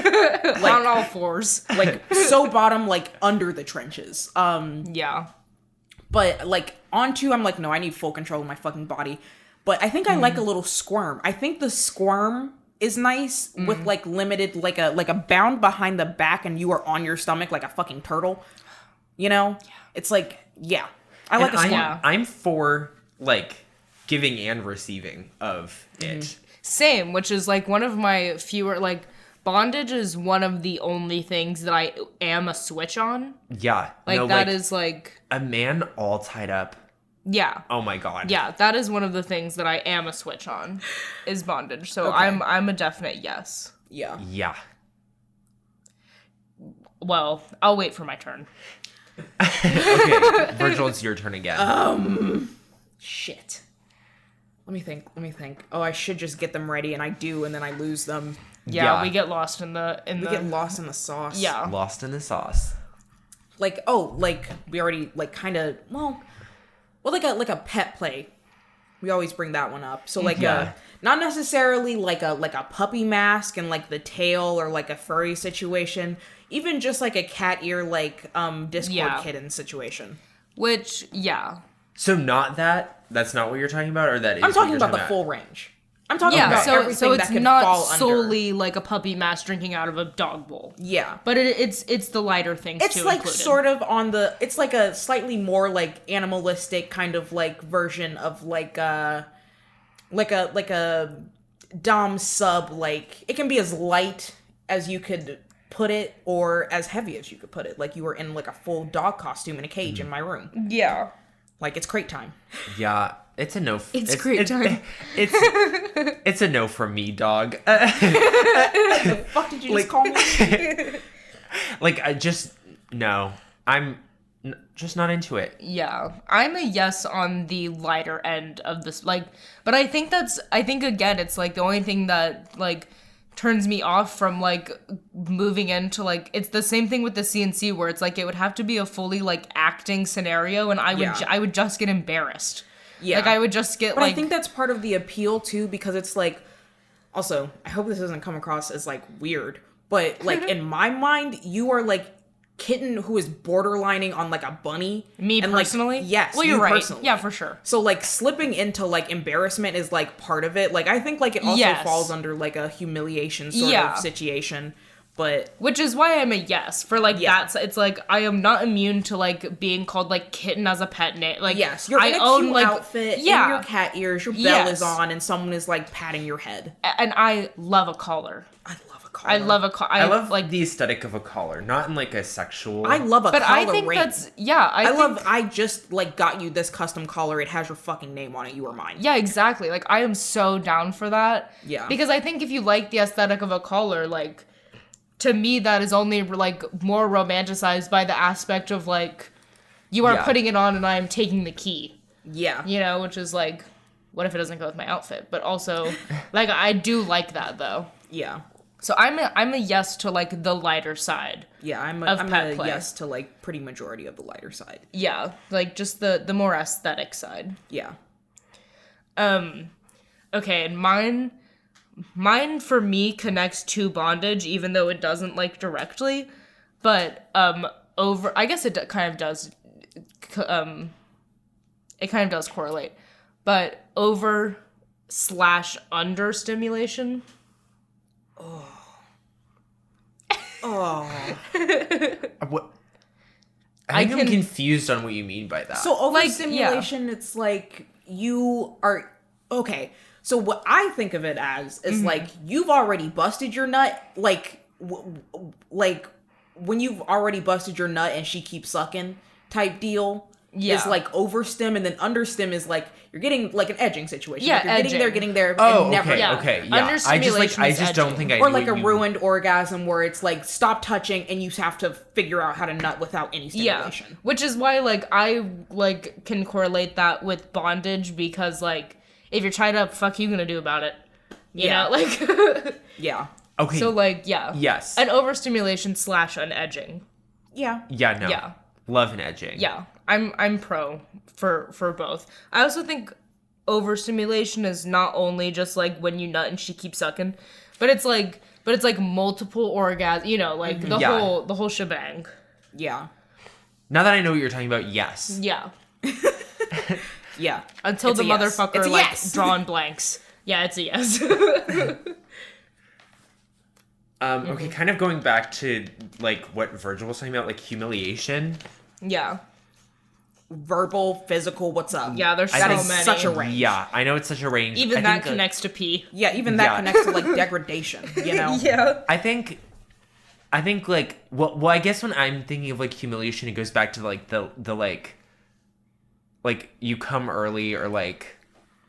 B: on all fours.
C: like so bottom like under the trenches um
B: Yeah.
C: but like onto i'm like no i need full control of my fucking body but i think i like a little squirm i think the squirm is nice with like limited like a like a bound behind the back and you are on your stomach like a fucking turtle you know it's like yeah i like a
A: I'm,
C: squirm
B: Yeah.
A: I'm for like giving and receiving of
B: Mm-hmm.
A: it.
B: Same, which is like one of my fewer like bondage is one of the only things that I am a switch on.
A: Yeah.
B: Like
A: no,
B: that
A: like,
B: is like
A: a man all tied up.
B: yeah.
A: Oh my god.
B: Yeah, that is one of the things that I am a switch on is bondage. So I'm I'm a definite yes.
C: yeah
A: Yeah.
B: Well, I'll wait for my turn.
A: Okay, Virgil, it's your turn again.
C: shit let me think let me think oh i should just get them ready and i do and then i lose them
B: Yeah,
A: Yeah.
B: we get lost in the in
C: we
B: the
C: get lost in the sauce
B: yeah.
A: Lost in the sauce.
C: like oh like we already like kind of well well like a like a pet play we always bring that one up so like
A: Yeah.
C: a, not necessarily like a like a puppy mask and like the tail or like a furry situation even just like a cat ear like um discord
B: Yeah.
C: kitten situation
B: Which yeah.
A: So not that. That's not what you're talking about, or that is.
C: i'm
A: what
C: talking
A: you're
C: about the full range i'm talking
B: Yeah,
C: about
B: so
C: everything
B: so it's
C: that can
B: not
C: fall under
B: solely like a puppy mask drinking out of a dog bowl.
C: yeah
B: But it, it's it's the lighter things
C: it's
B: too
C: like
B: included.
C: sort of on the it's like a slightly more like animalistic kind of like version of like a like a like a dom sub like it can be as light as you could put it or as heavy as you could put it like you were in like a full dog costume in a
B: Mm.
C: cage in my room
B: yeah.
C: like it's crate time
A: Yeah, it's a no. f-
B: It's great time.
A: It's it's a no from me, dog. Uh,
C: fuck did you
A: Like-
C: just call me
A: like I just no. I'm n- just not into it.
B: Yeah, I'm a yes on the lighter end of this. Like, but I think that's, I think again, it's like the only thing that, like, turns me off from, like, moving into, like, it's the same thing with the CNC where it's like it would have to be a fully, like, acting scenario and I would,
C: Yeah.
B: ju- I would just get embarrassed.
C: yeah
B: Like, I would just get,
C: But
B: like,
C: I think that's part of the appeal too, because it's like, also, I hope this doesn't come across as like weird, but like in my mind, you are like kitten who is borderlining on like a bunny.
B: me
C: and, like,
B: personally.
C: yes.
B: Well, you're
C: you
B: right.
C: personally.
B: Yeah, for sure.
C: So like slipping into like embarrassment is like part of it. Like I think like it also
B: Yes.
C: falls under like a humiliation sort
B: Yeah.
C: of situation. But
B: Which is why I'm a yes for like
C: Yeah.
B: that's it's like I am not immune to like being called like kitten as a pet name. Like
C: yes, you're
B: I
C: in a
B: own
C: cute
B: like
C: outfit, yeah,
B: yeah,
C: and your cat ears, your bell
B: Yes.
C: is on, and someone is like patting your head.
B: A- and I love a collar.
C: I love a collar.
B: I love a collar. I,
A: I love
B: like
A: like the aesthetic of a collar, not in like a sexual.
C: I love a
B: but
C: collar
B: I think
C: ring.
B: that's yeah. I,
C: I
B: think,
C: love. I just like got you this custom collar. It has your fucking name on it. You are mine.
B: yeah exactly. Like I am so down for that.
C: Yeah.
B: because I think if you like the aesthetic of a collar, like to me that is only like more romanticized by the aspect of like you are
A: Yeah.
B: putting it on and I am taking the key.
C: yeah,
B: you know, which is like, what if it doesn't go with my outfit? But also, like, I do like that though.
C: yeah,
B: So I'm a, I'm a yes to like the lighter side.
C: yeah. I'm a,
B: Of
C: I'm
B: pet
C: a
B: play.
C: yes to like pretty majority of the lighter side.
B: Yeah, like just the the more aesthetic side.
C: Yeah,
B: Um, okay, and mine, mine for me connects to bondage, even though it doesn't like directly, but um, over I guess it d- kind of does, c- um, it kind of does correlate, but over slash under stimulation.
C: Oh,
A: What? I
B: I
A: think I am
B: can-
A: confused on what you mean by that.
C: so
B: Uh, Like,
C: overstimulation. It's like you are okay. So what I think of it as is
B: Mm-hmm.
C: like you've already busted your nut. Like, w- w- like when you've already busted your nut and she keeps sucking type deal.
B: Yeah.
C: is like overstim and then understim is like you're getting like an edging situation.
B: Yeah,
C: Like, you're getting there,
B: edging.
C: getting there,
A: Oh,
C: and never
A: okay,
B: Yeah.
A: okay, yeah. I just like
B: Understimulation
A: I
B: is
A: just don't
B: edging.
A: think I
C: or
A: knew
C: like a
A: what you-
C: ruined orgasm where it's like stop touching and you have to figure out how to nut without any
B: yeah
C: stimulation.
B: which is why like i like can correlate that with bondage because like if you're tied up fuck you gonna do about it you
C: Yeah.
B: know like
C: Yeah.
A: Okay.
B: so like yeah
A: yes.
B: an overstimulation slash an edging
C: Yeah.
A: yeah. No.
B: yeah.
A: Love and edging.
B: yeah i'm i'm pro for for both i also think overstimulation is not only just like when you nut and she keeps sucking but it's like but it's like multiple orgasms you know like the
A: Mm-hmm. Yeah.
B: whole the whole shebang
C: Yeah.
A: Now that I know what you're talking about, yes.
B: yeah
C: Yeah.
B: until
C: It's
B: the
C: a yes.
B: motherfucker
C: It's a
B: like
C: yes.
B: drawn blanks yeah it's a yes
A: Um, okay,
B: Mm-hmm.
A: kind of going back to like what Virgil was talking about, like humiliation.
B: yeah
C: Verbal, physical, what's up?
B: yeah there's
A: I
B: so
A: think
B: many
C: such a range.
A: Yeah, I know it's such a range.
B: even
A: I
B: that
A: think
B: connects to p
C: Yeah, even that
A: Yeah.
C: connects to like degradation, you know?
B: yeah
A: I think, I think like well, well, I guess when I'm thinking of like humiliation, it goes back to like the the like, like you come early or like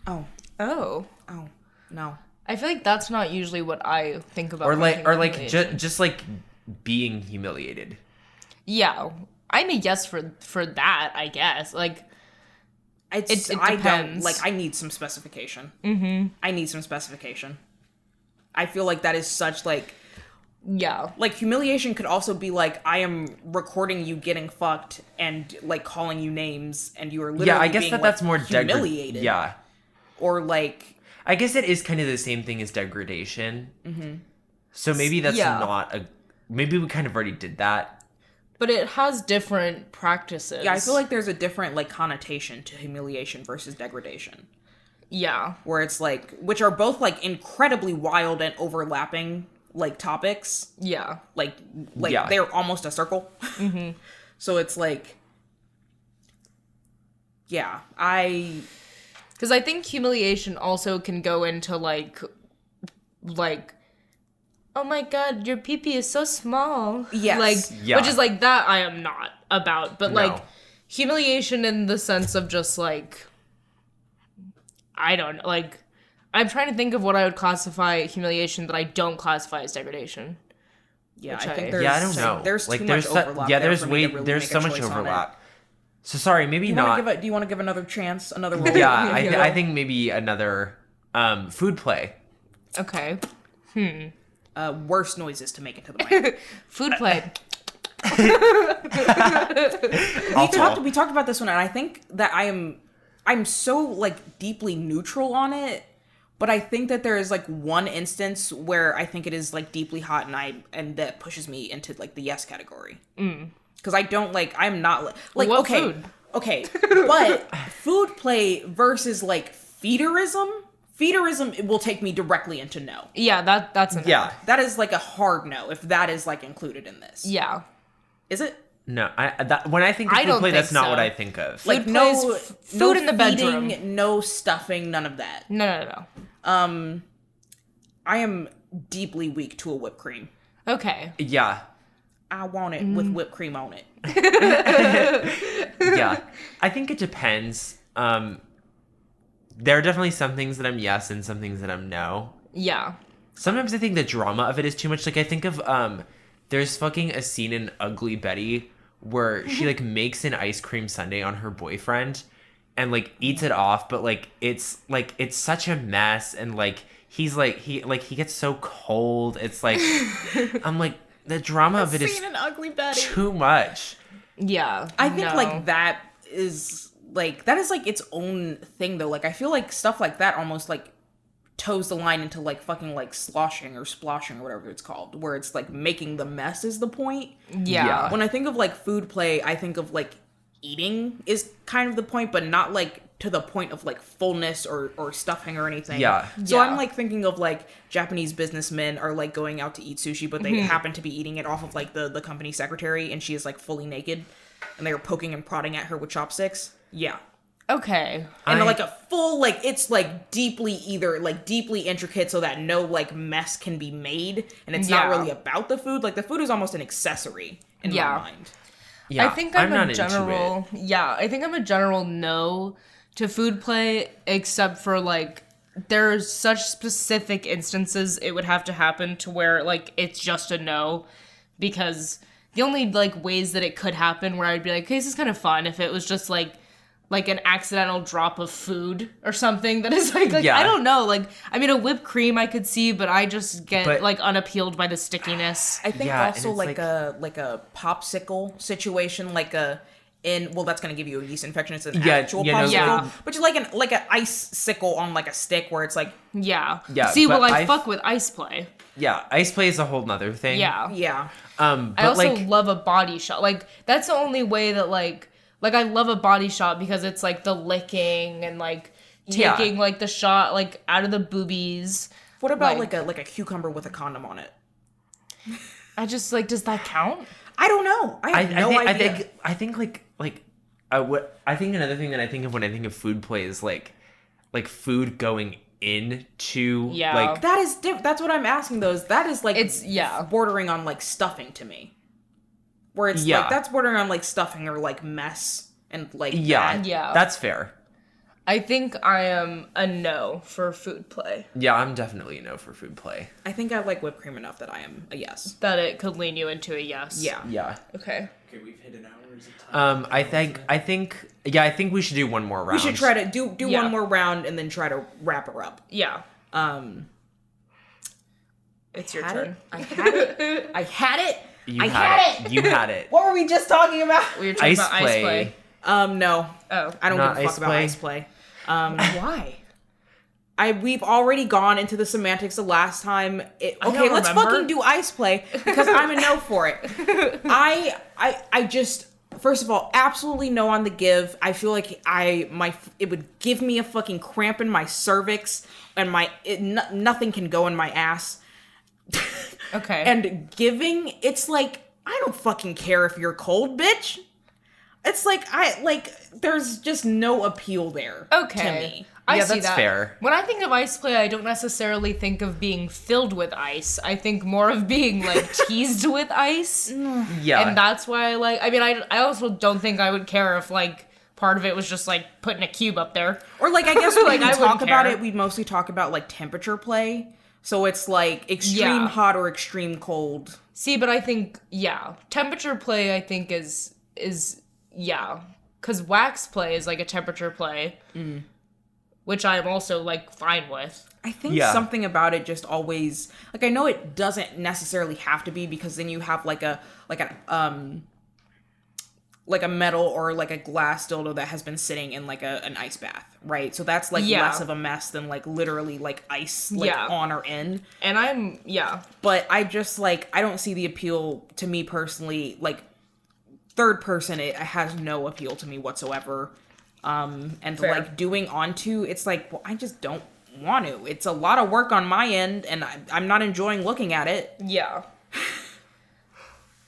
C: Oh,
B: oh
C: oh, no.
B: i feel like that's not usually what i think about
A: or
B: when
A: like
B: thinking
A: or like
B: humiliation.
A: just just like being humiliated.
B: Yeah, I'm a yes for for that. I guess like
C: It's,
B: It- it
C: I don't
B: depends.
C: like I need some specification. Mm-hmm. I need some specification. I feel like that is such like
B: yeah,
C: like humiliation could also be like I am recording you getting fucked and like calling you names and you are literally
A: Yeah, I guess
C: being,
A: that
C: like,
A: that's more degra-
C: humiliated.
A: Yeah,
C: or like
A: I guess it is kind of the same thing as degradation. Mm-hmm. So maybe that's
B: Yeah.
A: not a. Maybe we kind of already did that.
B: but it has different practices.
C: yeah. I feel like there's a different like connotation to humiliation versus degradation.
B: yeah,
C: where it's like which are both like incredibly wild and overlapping like topics
B: yeah,
C: like like
A: Yeah.
C: they're almost a circle so it's like yeah i
B: because I think humiliation also can go into like like. Oh my god, your pee-pee is so small.
C: Yes.
B: Like
A: Yeah.
B: which is like that I am not about, but
A: No.
B: like humiliation in the sense of just like I don't know, like I'm trying to think of what I would classify humiliation that I don't classify as degradation.
C: yeah
B: Which
C: i think
B: I-
C: there's
A: yeah, I don't
C: so-
A: know.
C: there's
A: like
C: too
A: there's
C: much
A: so-
C: overlap
A: yeah,
C: there
A: there's
C: for me
A: way
C: to really
A: there's
C: make
A: so
C: a
A: much
C: choice on it.
A: overlap. So sorry, maybe
C: do you
A: not.
C: want to give a, do you want to give another chance another roll
A: yeah, I, th- I think maybe another um, food play.
B: Okay.
C: uh worse noises to make it to the mic
B: Food play.
C: we talked we talked about this one and i think that i am i'm so like deeply neutral on it but i think that there is like one instance where i think it is like deeply hot and i and that pushes me into like the yes category because i don't like i'm not like, like
B: What
C: okay
B: Mm. food?
C: okay but food play versus like feederism feederism it will take me directly into no
B: Yeah, that that's enough.
A: Yeah.
C: that is like a hard no if that is like included in this
B: Yeah.
C: is it
A: No, I that when I think of
B: I
A: food
B: don't
A: play,
B: think
A: that's not
B: so.
A: what I think of.
C: like
B: Food
C: no
B: plays, f-
C: food no
B: food in the bedroom.
C: feeding, no stuffing none of that
B: No, no, no,
C: I am deeply weak to a whipped cream.
B: no. Okay.
A: yeah,
C: I want it with
B: Mm.
C: whipped cream on it.
A: yeah. I think it depends. Um, there are definitely some things that I'm yes and some things that I'm no.
B: Yeah.
A: Sometimes I think the drama of it is too much. Like I think of um, there's fucking a scene in Ugly Betty where
B: Mm-hmm.
A: she like makes an ice cream sundae on her boyfriend, and like eats it off, but like it's like it's such a mess, and like he's like he like he gets so cold. It's like I'm like the drama of it is
C: an ugly Betty.
A: too much.
B: Yeah.
C: I think
B: no.
C: like that is like that is like its own thing though. Like I feel like stuff like that almost like toes the line into like fucking like sloshing or sploshing or whatever it's called, where it's like making the mess is the point.
B: Yeah.
A: Yeah.
C: When I think of like food play, I think of like eating is kind of the point, but not like to the point of like fullness or or stuffing or anything.
A: Yeah.
C: So
B: Yeah.
C: I'm like thinking of like Japanese businessmen are like going out to eat sushi, but they
B: Mm-hmm.
C: happen to be eating it off of like the the company secretary, and she is like fully naked, and they are poking and prodding at her with chopsticks. Yeah.
B: Okay.
C: And
A: I-
C: like a full like it's like deeply either like deeply intricate so that no like mess can be made and it's
B: Yeah.
C: not really about the food like the food is almost an accessory in
B: Yeah.
C: my mind.
A: Yeah,
B: I think I'm,
A: not
B: a
A: into it.
B: general. Yeah, I think I'm a general no to food play, except for like there's such specific instances it would have to happen to where like it's just a no, because the only like ways that it could happen where I'd be like, okay, this is kind of fun if it was just like like an accidental drop of food or something that is like, like
A: Yeah.
B: I don't know like I mean a whipped cream I could see but I just get
A: But-
B: like unappealed by the stickiness.
C: I think
A: Yeah, and
C: also
A: it's
C: like,
A: like-
C: a like a popsicle situation, like a in well, that's gonna give you a yeast infection. It's an
A: Yeah,
C: actual
A: you know,
C: popsicle,
B: Yeah.
C: which is like an like an icicle on like a stick, where it's like
B: Yeah.
A: Yeah,
B: See,
A: but
B: well, I
A: I-
B: fuck with ice play.
A: Yeah, ice play is a whole nother thing.
B: Yeah.
C: yeah,
A: Um, but
B: I also
A: like,
B: love a body shot. Like that's the only way that like like I love a body shot because it's like the licking and like
A: Yeah.
B: taking like the shot like out of the boobies.
C: What about
B: Like-
C: like, a like a cucumber with a condom on it?
B: I just like does that count?
C: I don't know. I
A: I,
C: have
A: I
C: no
A: think, I
C: idea.
A: think, I think, like, like, uh, what I think another thing that I think of when I think of food play is like, like food going into
B: Yeah.
A: like
C: that is diff- that's what I'm asking. Those that is like
B: It's- yeah.
C: bordering on like stuffing to me, where it's
A: Yeah.
C: like that's bordering on like stuffing or like mess and like
A: yeah,
C: that.
B: Yeah.
A: that's fair.
B: I think I am a no for food play.
A: Yeah, I'm definitely a no for food play.
C: I think I like whipped cream enough that I am a yes.
B: That it could lean you into a yes.
C: Yeah,
A: Yeah.
B: Okay.
D: Okay, we've hit an hour. Is it time?
A: Um, I think, I think, yeah, I think we should do one more round.
C: we should try to do do
B: Yeah.
C: one more round and then try to wrap her up.
B: Yeah.
C: Um,
B: It's your
C: had it.
B: turn.
C: I had it. I had it.
A: You
C: I
A: had,
C: had
A: it. You had it.
C: What were we just talking about?
B: We were talking
A: ice,
B: about
A: play.
B: ice play.
C: Um, no,
B: Oh.
C: I don't
A: Not
C: give a fuck
A: ice
C: about
A: play.
C: ice play. Um,
B: Why?
C: I we've already gone into the semantics the last time. It,
B: don't
C: okay, let's
B: remember.
C: fucking do ice play because I'm a no for it. I I I just first of all absolutely no on the give. I feel like I my it would give me a fucking cramp in my cervix and my it, no, nothing can go in my ass.
B: Okay.
C: And giving, it's like I don't fucking care if you're cold, bitch. It's like I like there's just no appeal there.
B: Okay.
C: To me.
B: I
A: Yeah,
B: see
A: that's
B: that.
A: fair.
B: When I think of ice play, I don't necessarily think of being filled with ice. I think more of being like teased with ice.
C: Mm-hmm.
A: Yeah.
B: And that's why I like I mean I I also don't think I would care if like part of it was just like putting a cube up there.
C: Or like I guess when
B: Like,
C: we
B: I wouldn't
C: talk about
B: care.
C: it, we mostly talk about like temperature play. So it's like extreme
B: Yeah.
C: hot or extreme cold.
B: See, but I think yeah, temperature play I think is is yeah, cuz wax play is like a temperature play.
C: Mm.
B: Which I am also like fine with.
C: I think
A: Yeah.
C: something about it just always like I know it doesn't necessarily have to be because then you have like a like an um like a metal or like a glass dildo that has been sitting in like a, an ice bath, right? So that's like
B: Yeah.
C: less of a mess than like literally like ice like
B: Yeah.
C: on or in.
B: And I'm yeah,
C: but I just like I don't see the appeal to me personally. Like third person, it has no appeal to me whatsoever. Um, and
B: Fair.
C: like doing onto, it's like well, I just don't want to. It's a lot of work on my end, and I, I'm not enjoying looking at it.
B: yeah.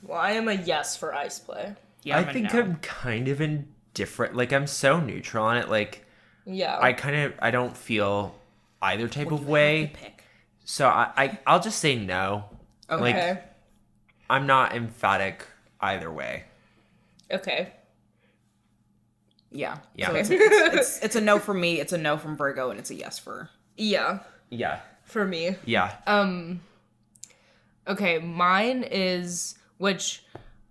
B: Well, I am a yes for ice play.
C: Yeah,
A: I
C: I'm a
A: think
C: no.
A: I'm kind of indifferent. Like I'm so neutral on it. Like
B: Yeah.
A: I kind of I don't feel either type of
C: You
A: way.
C: pick.
A: So I, I I'll just say no.
B: okay.
A: Like I'm not emphatic either way.
B: okay.
C: Yeah,
A: Yeah.
C: So it's, it's, it's, it's a no for me. It's a no from Virgo, and it's a yes for.
B: Yeah.
A: Yeah.
B: For me.
A: Yeah.
C: Um,
B: Okay, mine is which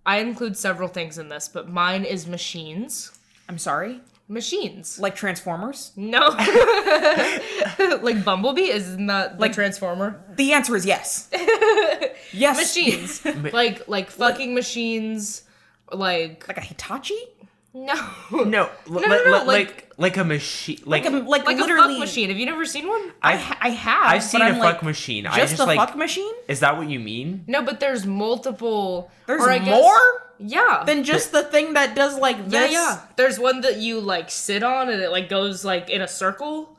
B: I include several things in this, but mine is machines.
C: I'm sorry,
B: Machines.
C: like Transformers.
B: No. like Bumblebee is not like Transformer.
C: The answer is yes. yes,
B: Machines. like like fucking machines. Like
C: like a Hitachi,
B: no.
A: no, l-
B: no,
A: li-
B: no,
A: li-
B: like-
A: like like a machine. Like,
C: like a, like,
B: Like a
C: literally
B: fuck machine. Have you never seen one?
C: I, ha- I have.
A: I've seen
C: but
A: a
C: I'm
A: fuck
C: like,
A: machine. I
C: Just
A: just
C: a
A: like
C: fuck machine?
A: is that what you mean?
B: No, but there's multiple.
C: There's
B: or I guess-
C: more
B: Yeah.
C: than just the thing that does like
B: yeah,
C: this.
B: yeah. There's one that you like sit on and it like goes like in a circle.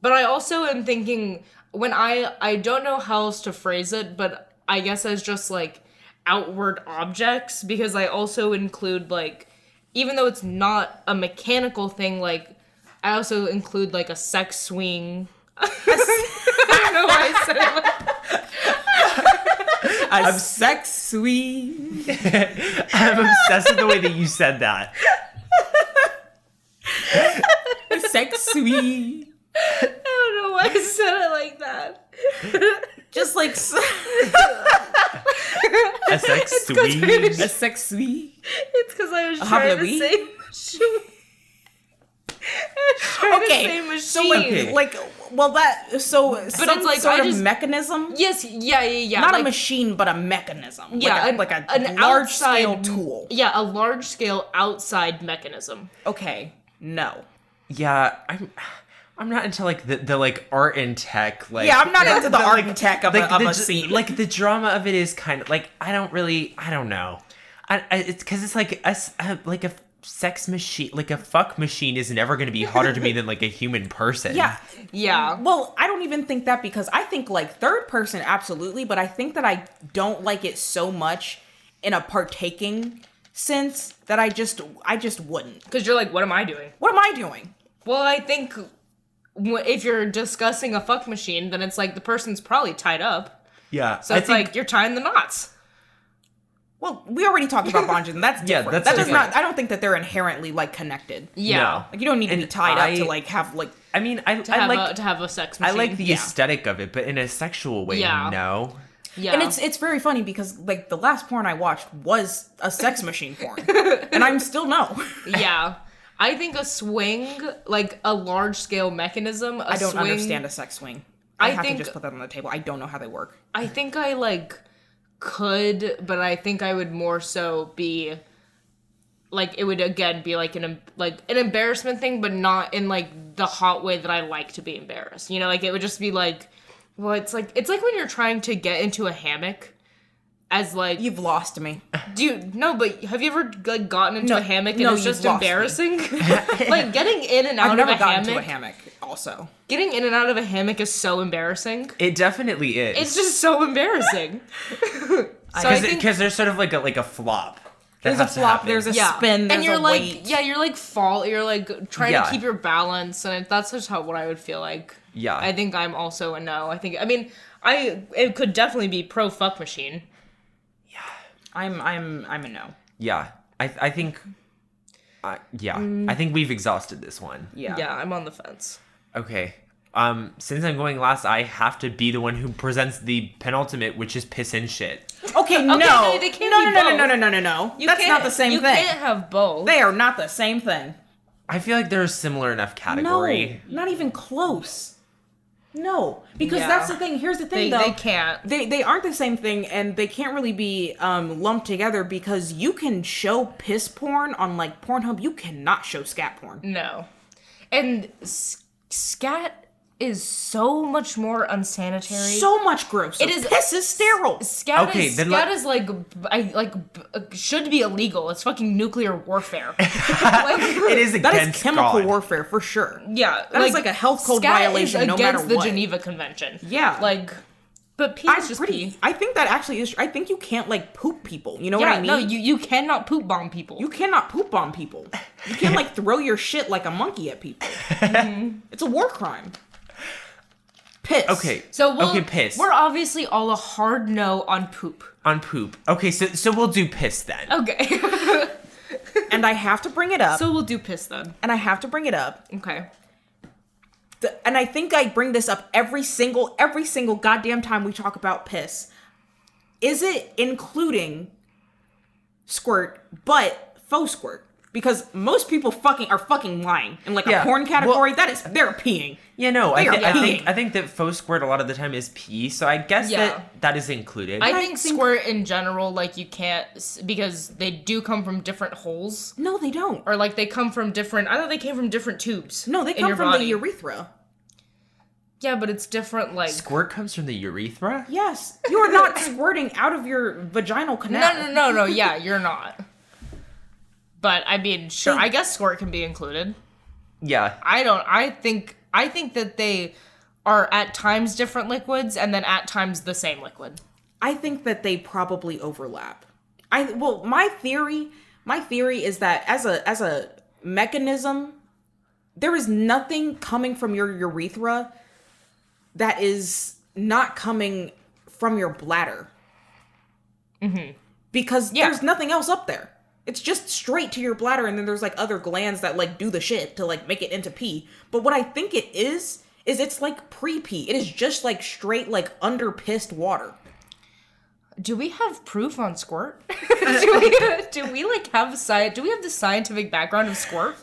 B: But I also am thinking when I I don't know how else to phrase it, but I guess as just like outward objects because I also include like even though it's not a mechanical thing like I also include like a sex swing. I don't know why I said it like
C: A sex sweet.
A: I'm obsessed with the way that you said that.
C: Sex sweet.
B: I don't know why I said it like that.
C: Just like s-
A: A sex
B: It's 'cause we're
A: sweet.
C: a sex sweet.
B: It's because I was
C: A
B: trying to
C: Havla
B: say machine. I was trying to
C: Okay,
B: say machine.
C: So like
A: Okay.
C: like well that so but some
B: it's like,
C: sort
B: I
C: of
B: just-
C: mechanism.
B: Yes, yeah, yeah, yeah.
C: Not a
B: like-
C: machine, but a mechanism. Like
B: Yeah,
C: a-
B: an-
C: like a,
B: an
C: large scale
B: outside-
C: tool.
B: Yeah, a large scale outside mechanism.
C: Okay, no.
A: Yeah, I'm. I'm not into like the, the like art and tech like
C: Yeah, I'm not into the art and tech of a- of
A: the,
C: a
A: dr-
C: scene.
A: Like the drama of it is kind of like I don't really I don't know. I, I it's because it's like a, s- a- like a sex machine like a fuck machine is never going to be hotter to me than like a human person.
C: Yeah.
B: Yeah.
C: Well, I don't even think that because I think like third person absolutely, but I think that I don't like it so much in a partaking sense that I just I just wouldn't.
B: Because you're like, what am I doing?
C: What am I doing?
B: Well, I think w- if you're discussing a fuck machine, then it's like the person's probably tied up.
A: yeah.
B: So
A: I
B: it's
A: think-
B: like you're tying the knots.
C: Well, we already talked about bondage, and that's
A: Yeah,
C: different.
A: that's
C: that does
A: different.
C: not. I don't think that they're inherently like connected.
B: Yeah.
C: Like you don't need to be
A: And
C: tied up to
A: I-
C: like have like
A: I mean I
B: To
A: I
B: have,
A: like
B: a, to have a sex
A: I
B: machine.
A: like the
C: yeah.
A: aesthetic of it, but in a sexual way,
B: Yeah.
A: no.
B: Yeah.
C: And it's it's very funny because like the last porn I watched was a sex machine porn, and I'm still no.
B: yeah. I think a swing, like a large scale mechanism, I
C: I don't understand a sex swing.
B: I
C: I, have
B: think-
C: to just put that on the table. I don't know how they work.
B: I think I like could, but I think I would more so be like it would again be like an em- like an embarrassment thing, but not in like the hot way that I like to be embarrassed. You know, like it would just be like, well, it's like it's like when you're trying to get into a hammock. As like,
C: You've lost me.
B: dude, no, but have you ever like gotten into
C: No,
B: a hammock and
C: no,
B: it's
C: you've
B: just
C: lost me.
B: embarrassing? like getting in and out
C: I've
B: of
C: never
B: a
C: gotten
B: hammock,
C: to a hammock. Also,
B: Getting in and out of a hammock is so embarrassing.
A: It definitely is.
B: It's just so embarrassing. so I think
A: because there's sort of like a like a flop. that
C: there's a
A: has to
C: flop.
A: happen.
C: There's a
B: yeah.
C: spin. There's
B: and you're
C: a
B: like,
C: weight.
B: yeah, you're like fall. You're like trying
A: Yeah.
B: to keep your balance, and that's just how what I would feel like.
A: Yeah.
B: I think I'm also a no. I think I mean I it could definitely be pro fuck machine.
C: I'm I'm I'm a no.
A: yeah. I I think. Uh, yeah, I think we've exhausted this one.
C: Yeah.
B: yeah, I'm on the fence.
A: Okay. Um, since I'm going last, I have to be the one who presents the penultimate, which is piss and shit.
C: Okay. No.
B: no, they can't
C: no,
B: be
C: no, no,
B: both.
C: no. No. No. No. No.
B: You
C: That's not
B: can't-
C: the same
B: you
C: thing.
B: can't have both.
C: They are not the same thing.
A: I feel like they're a similar enough category.
C: No. Not even close. No. Because
B: Yeah.
C: that's the thing. Here's the
B: they,
C: thing, though.
B: they can't.
C: they they aren't the same thing and they can't really be um lumped together because you can show piss porn on like Pornhub, you cannot show scat porn.
B: No. And s- scat is so much more unsanitary.
C: So much gross. It
B: is-
C: is piss is sterile.
B: Scat
A: Okay,
B: is
A: then
B: scat
A: let-
B: is like b- I like b- uh, should be illegal. It's fucking nuclear warfare. Like-
A: It is
C: That
A: against
C: is chemical
A: God.
C: warfare for sure.
B: Yeah,
C: That is like a health code
B: scat
C: violation,
B: is
C: no
B: against
C: matter
B: the
C: what.
B: Geneva Convention.
C: Yeah.
B: like, but pee
C: I'm
B: is just
C: pretty.
B: pee.
C: I think that actually is. I think you can't like poop people. You know
B: Yeah,
C: what I mean?
B: no, you you cannot poop bomb people.
C: you cannot poop on people. You can't like throw your shit like a monkey at people.
B: Mm-hmm.
C: It's a war crime. Piss.
A: Okay.
B: so we'll,
A: okay, piss
B: We're obviously all a hard no on poop.
A: on poop. Okay, so so we'll do piss then.
B: Okay,
C: And I have to bring it up.
B: so we'll do piss then.
C: and I have to bring it up
B: Okay,
C: Th- and I think I bring this up every single every single goddamn time we talk about piss. Is it including squirt but faux squirt? Because most people fucking are fucking lying in like
A: Yeah.
C: a porn category. that is they're peeing.
A: Yeah, no, I,
C: They are
A: thi- I think
C: peeing.
A: I think that faux squirt a lot of the time is pee, so I guess
B: Yeah.
A: that that is included.
B: I
C: I
B: think
C: think-
B: squirt in general, like you can't s- because they do come from different holes,
C: No, they don't.
B: or like they come from different. I thought they came from different tubes.
C: no, they
B: in
C: come
B: your
C: from
B: body.
C: the urethra.
B: Yeah, but it's different. Like
A: squirt comes from the urethra.
C: Yes, you are not squirting out of your vaginal canal.
B: No, no, no, no. Yeah, you're not. But I mean, sure. I guess squirt can be included.
A: Yeah,
B: I don't. I think. I think that they are at times different liquids, and then at times the same liquid.
C: I think that they probably overlap. I well, my theory, my theory is that as a as a mechanism, there is nothing coming from your urethra that is not coming from your bladder. because
B: Yeah.
C: there's nothing else up there. It's just straight to your bladder, and then there's like other glands that like do the shit to like make it into pee. But what I think it is is it's like pre pee. It is just like straight like under pissed water.
B: Do we have proof on squirt? do we do we like have sci- do we have the scientific background of squirt?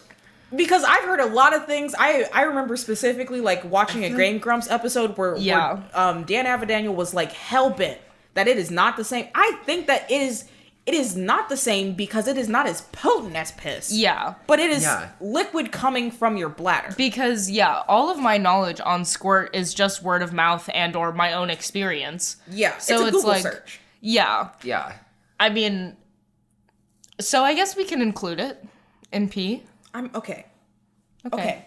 C: Because I've heard a lot of things. I I remember specifically like watching a Game Grumps episode where, where,
B: Yeah.
C: um, Dan Avedaniel was like hell bent that it is not the same. I think that it is it is not the same because it is not as potent as piss.
B: Yeah.
C: But it is
A: Yeah.
C: liquid coming from your bladder.
B: Because yeah, all of my knowledge on squirt is just word of mouth and or my own experience.
C: Yeah.
B: So
C: it's, a
B: it's
C: Google
B: like-
C: search.
B: Yeah.
A: Yeah.
B: I mean so I guess we can include it in P.
C: I'm okay. Okay.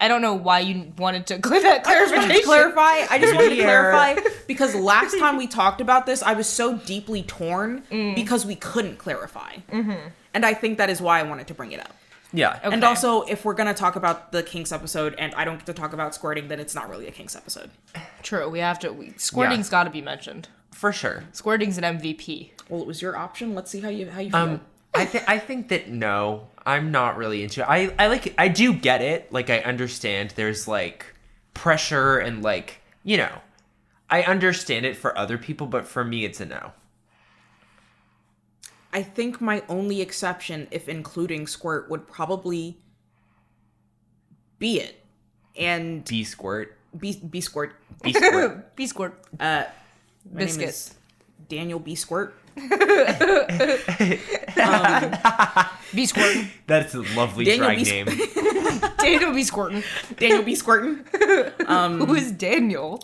B: I don't know why you wanted to clear that
C: I just wanted to
B: clarification.
C: clarify. I just wanted to
A: Weird.
C: clarify because last time we talked about this, I was so deeply torn
B: Mm.
C: because we couldn't clarify, and I think that is why I wanted to bring it up.
A: Yeah.
B: Mm-hmm.
C: And
B: Okay.
C: also, if we're gonna talk about the Kinks episode, and I don't get to talk about squirting, then it's not really a Kinks episode.
B: True, we have to we, squirting's got to be mentioned.
A: For sure.
B: Squirting's an MVP.
C: Well, it was your option. Let's see how you how you feel.
A: Um, I think I think that no, I'm not really into. It. I I like I do get it. Like I understand there's like pressure and like you know, I understand it for other people, but for me it's a no.
C: I think my only exception, if including squirt, would probably be it, and
A: D squirt.
C: be be squirt.
A: B squirt.
B: B squirt.
C: Uh, My name is
B: Biscuit.
C: Daniel B. Squirt.
B: B squirt.
A: That's a lovely
C: Daniel
A: drag
C: B.
A: name.
B: Daniel be squirting.
C: Daniel B. Squirtin. Hmm.
B: Who is Daniel?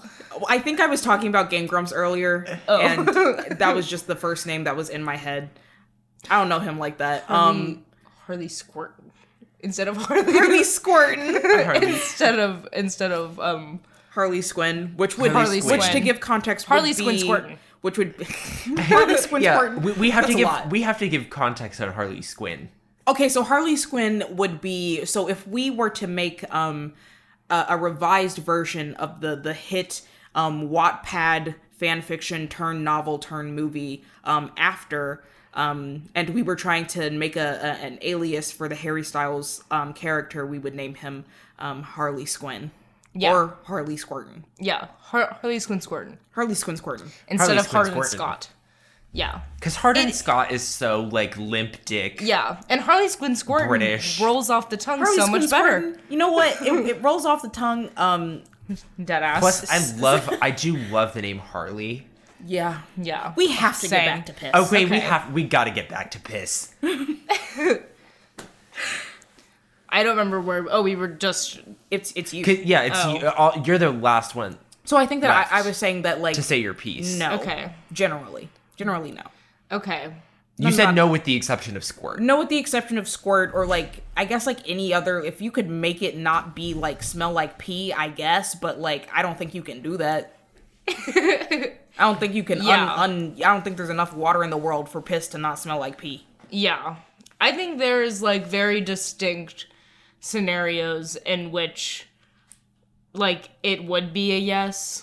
C: I think I was talking about Game Grumps earlier,
B: Oh.
C: and that was just the first name that was in my head. I don't know him like that. Um,
B: Harley Squirt instead of Harley,
C: Harley Squirtin,
A: Harley.
B: instead of instead of um
C: Harley Squin, which would
A: Harley
C: which
A: Squin.
C: to give context,
B: Harley
C: would be,
B: Squin Squirtin.
C: which would be Harley Squin
A: Yeah,
C: Squirtin.
A: we, we have
C: That's
A: to
C: a
A: give
C: lot.
A: we have to give context on Harley Squin.
C: Okay, so Harley Squin would be so if we were to make um a, a revised version of the the hit um Wattpad fan fiction turn novel turn movie um after um and we were trying to make a, a an alias for the Harry Styles um character, we would name him um Harley Squin
B: Yeah.
C: or Harley Squirtin.
B: yeah Har- Harley Squin Squirtin
C: Harley Squin Squirtin.
B: instead
A: Harley
B: of
A: Squin
B: Harlan
A: Squirtin.
B: Scott. Yeah,
A: Because Harden
B: It-
A: Scott is so like limp dick.
B: yeah, and Harley Squin Squirtin
A: British.
B: rolls off the tongue
C: Harley
B: so
C: Squin
B: much better.
C: Squirtin. You know what? It, it rolls off the tongue. Um
B: Dead ass.
A: Plus, I love I do love the name Harley.
C: yeah.
B: yeah,
C: We have to
B: Same.
C: get back to piss.
A: Okay, we
B: Okay.
A: have we got to get back to piss.
B: I don't remember where. Oh, we were just
C: It's it's you.
A: 'Cause- yeah, it's
C: Oh.
A: you, all, you're the last one
C: So I think that
A: left.
C: I, I was saying that like
A: to say your piece.
C: no.
B: Okay.
C: Generally, generally no.
B: okay.
A: you said
C: not-
A: no with the exception of squirt.
C: No, with the exception of squirt or like I guess like any other. If you could make it not be like smell like pee, I guess. But like I don't think you can do that. I don't think you can.
B: Yeah.
C: Un, un, I don't think there's enough water in the world for piss to not smell like pee.
B: Yeah. I think there is like very distinct scenarios in which like it would be a yes.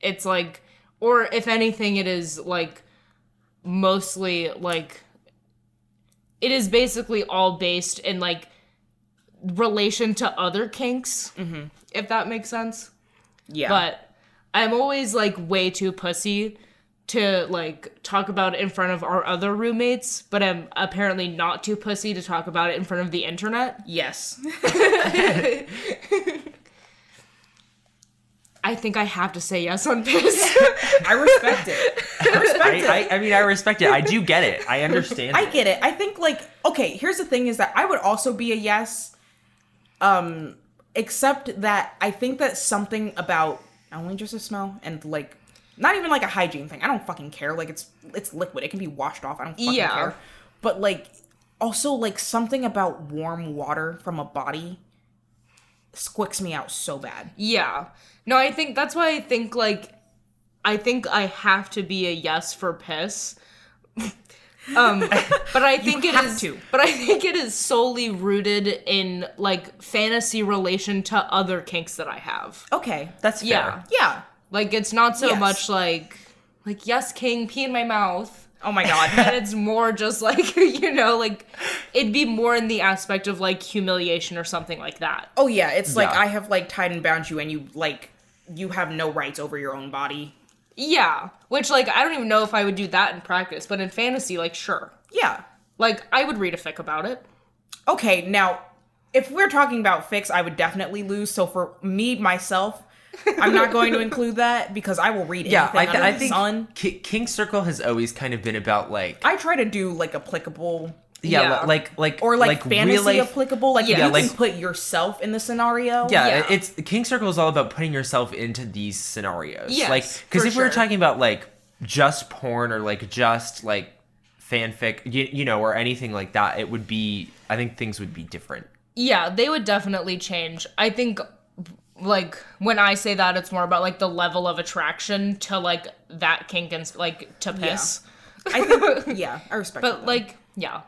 B: It's like or if anything it is like mostly like it is basically all based in like relation to other kinks. If that makes sense
C: Yeah.
B: but I'm always like way too pussy to like talk about it in front of our other roommates, but I'm apparently not too pussy to talk about it in front of the internet.
C: yes.
B: I think I have to say yes on piss.
C: I respect it. I respect it.
A: I, I, I mean, I respect it. I do get it. I understand.
C: I
A: it.
C: get it. I think like okay, here's the thing is that I would also be a yes. Um except that I think that something about only just a smell and like not even like a hygiene thing. I don't fucking care. Like it's it's liquid. It can be washed off. I don't fucking
B: Yeah.
C: care. But like also like something about warm water from a body squicks me out so bad.
B: yeah. No, I think that's why I think like I think I have to be a yes for piss. um but I think it is.
C: have to.
B: but I think it is solely rooted in like fantasy relation to other kinks that I have.
C: Okay.
A: That's fair.
B: Yeah.
C: Yeah.
B: Like it's not so
C: Yes.
B: much like like yes, king, pee in my mouth. Oh my god. and it's more just like, you know, like it'd be more in the aspect of like humiliation or something like that.
C: Oh yeah, it's like
A: Yeah.
C: I have like tied and bound you, and you like you have no rights over your own body.
B: Yeah. Which like I don't even know if I would do that in practice, but in fantasy, like sure.
C: Yeah.
B: Like I would read a fic about it.
C: Okay, now if we're talking about fix, I would definitely lose. So for me myself, I'm not going to include that because I will read
A: Yeah, I,
C: anything
A: th-
C: under
A: I
C: the
A: think
C: sun.
A: Ki- King Circle has always kind of been about like
C: I try to do like applicable
A: yeah,
B: Yeah.
A: li- like like
C: or like,
A: real
C: fantasy
A: life-
C: applicable. Like
B: Yeah,
C: you
A: like-
C: can put yourself in the scenario.
A: yeah,
B: Yeah.
A: it- it's King Circle is all about putting yourself into these scenarios.
B: Yes,
A: like because
B: for
A: if we were
B: sure.
A: talking about like just porn or like just like fanfic, you, you know, or anything like that, it would be. I think things would be different.
B: Yeah, they would definitely change. I think like when I say that it's more about like the level of attraction to like that kink and like to piss.
C: I think yeah, I respect
B: But like yeah.
C: that.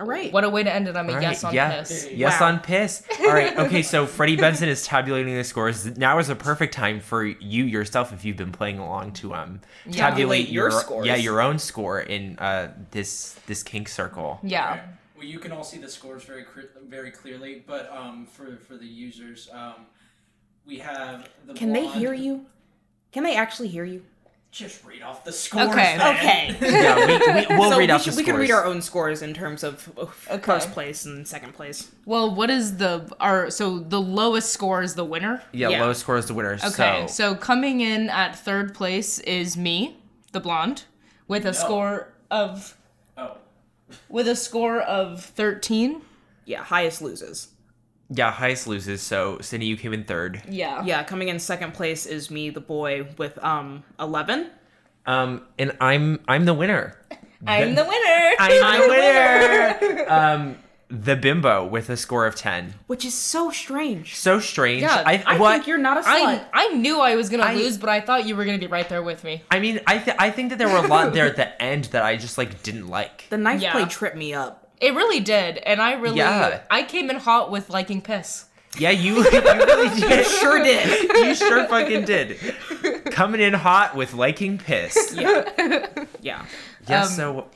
C: All right.
B: What a way to end it. I'm a
A: All
B: yes
A: right,
B: on
A: yeah.
B: piss.
A: Yes
C: Wow.
A: on piss. All right. Okay. So Freddie Benson is tabulating the scores. Now is a perfect time for you yourself, if you've been playing along, to um tabulate
C: Tabulate your
A: your,
C: scores.
A: Yeah, your own score in uh this this kink circle.
B: Yeah.
D: Well, you can all see the scores very cre- very clearly, but um, for for the users, um, we have the.
C: Can they
D: blonde-
C: hear you? Can they actually hear you?
D: Just read off the scores.
B: Okay.
D: then.
A: Yeah, we, we, we'll
C: so
A: read
C: we,
A: out
C: should,
A: the
C: we can read
A: scores.
C: our own scores in terms of oh, first place and second place.
B: Well, what is the our so the lowest score is the winner?
A: Yeah,
C: Yeah.
A: low score is the winner.
B: Okay,
A: so
B: so coming in at third place is me, the blonde, with a score of
D: Oh,
B: with a score of thirteen.
C: Yeah, highest loses.
A: yeah, highest loses. So Cindy, you came in third.
B: Yeah.
C: Yeah, coming in second place is me, the boy, with um eleven.
A: Um, and I'm I'm the winner.
B: I'm the winner.
A: I'm the winner. um, the bimbo with a score of ten.
C: which is so strange.
A: So strange.
B: Yeah,
C: I
A: what-
C: think you're not a slut.
B: I, I knew I was gonna
A: I-
B: lose, but I thought you were gonna be right there with me.
A: I mean, I th- I think that there were a lot there at the end that I just like didn't like.
C: the knife
B: Yeah.
C: play tripped me up.
B: It really did, and I really
A: Yeah.
B: I came in hot with liking piss.
A: Yeah, you, you really did.
C: Sure did.
A: You sure fucking did. Coming in hot with liking piss. Yeah.
C: yeah.
B: Um,
A: so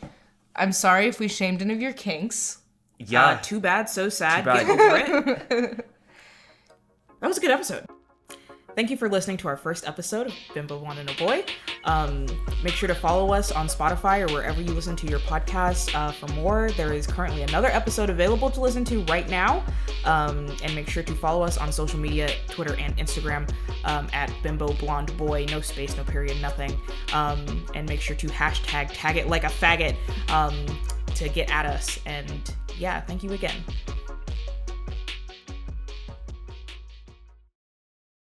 B: I'm sorry if we shamed any of your kinks.
A: yeah.
C: Uh, too bad, so sad.
A: Too bad.
C: Get over it. that was a good episode. Thank you for listening to our first episode of Bimbo One and a Boy. Um, make sure to follow us on Spotify or wherever you listen to your podcast uh, for more. There is currently another episode available to listen to right now. Um, and make sure to follow us on social media Twitter and Instagram um, at Bimbo Blonde Boy, no space, no period, nothing. Um, and make sure to hashtag tag it like a faggot um, to get at us. And yeah, thank you again.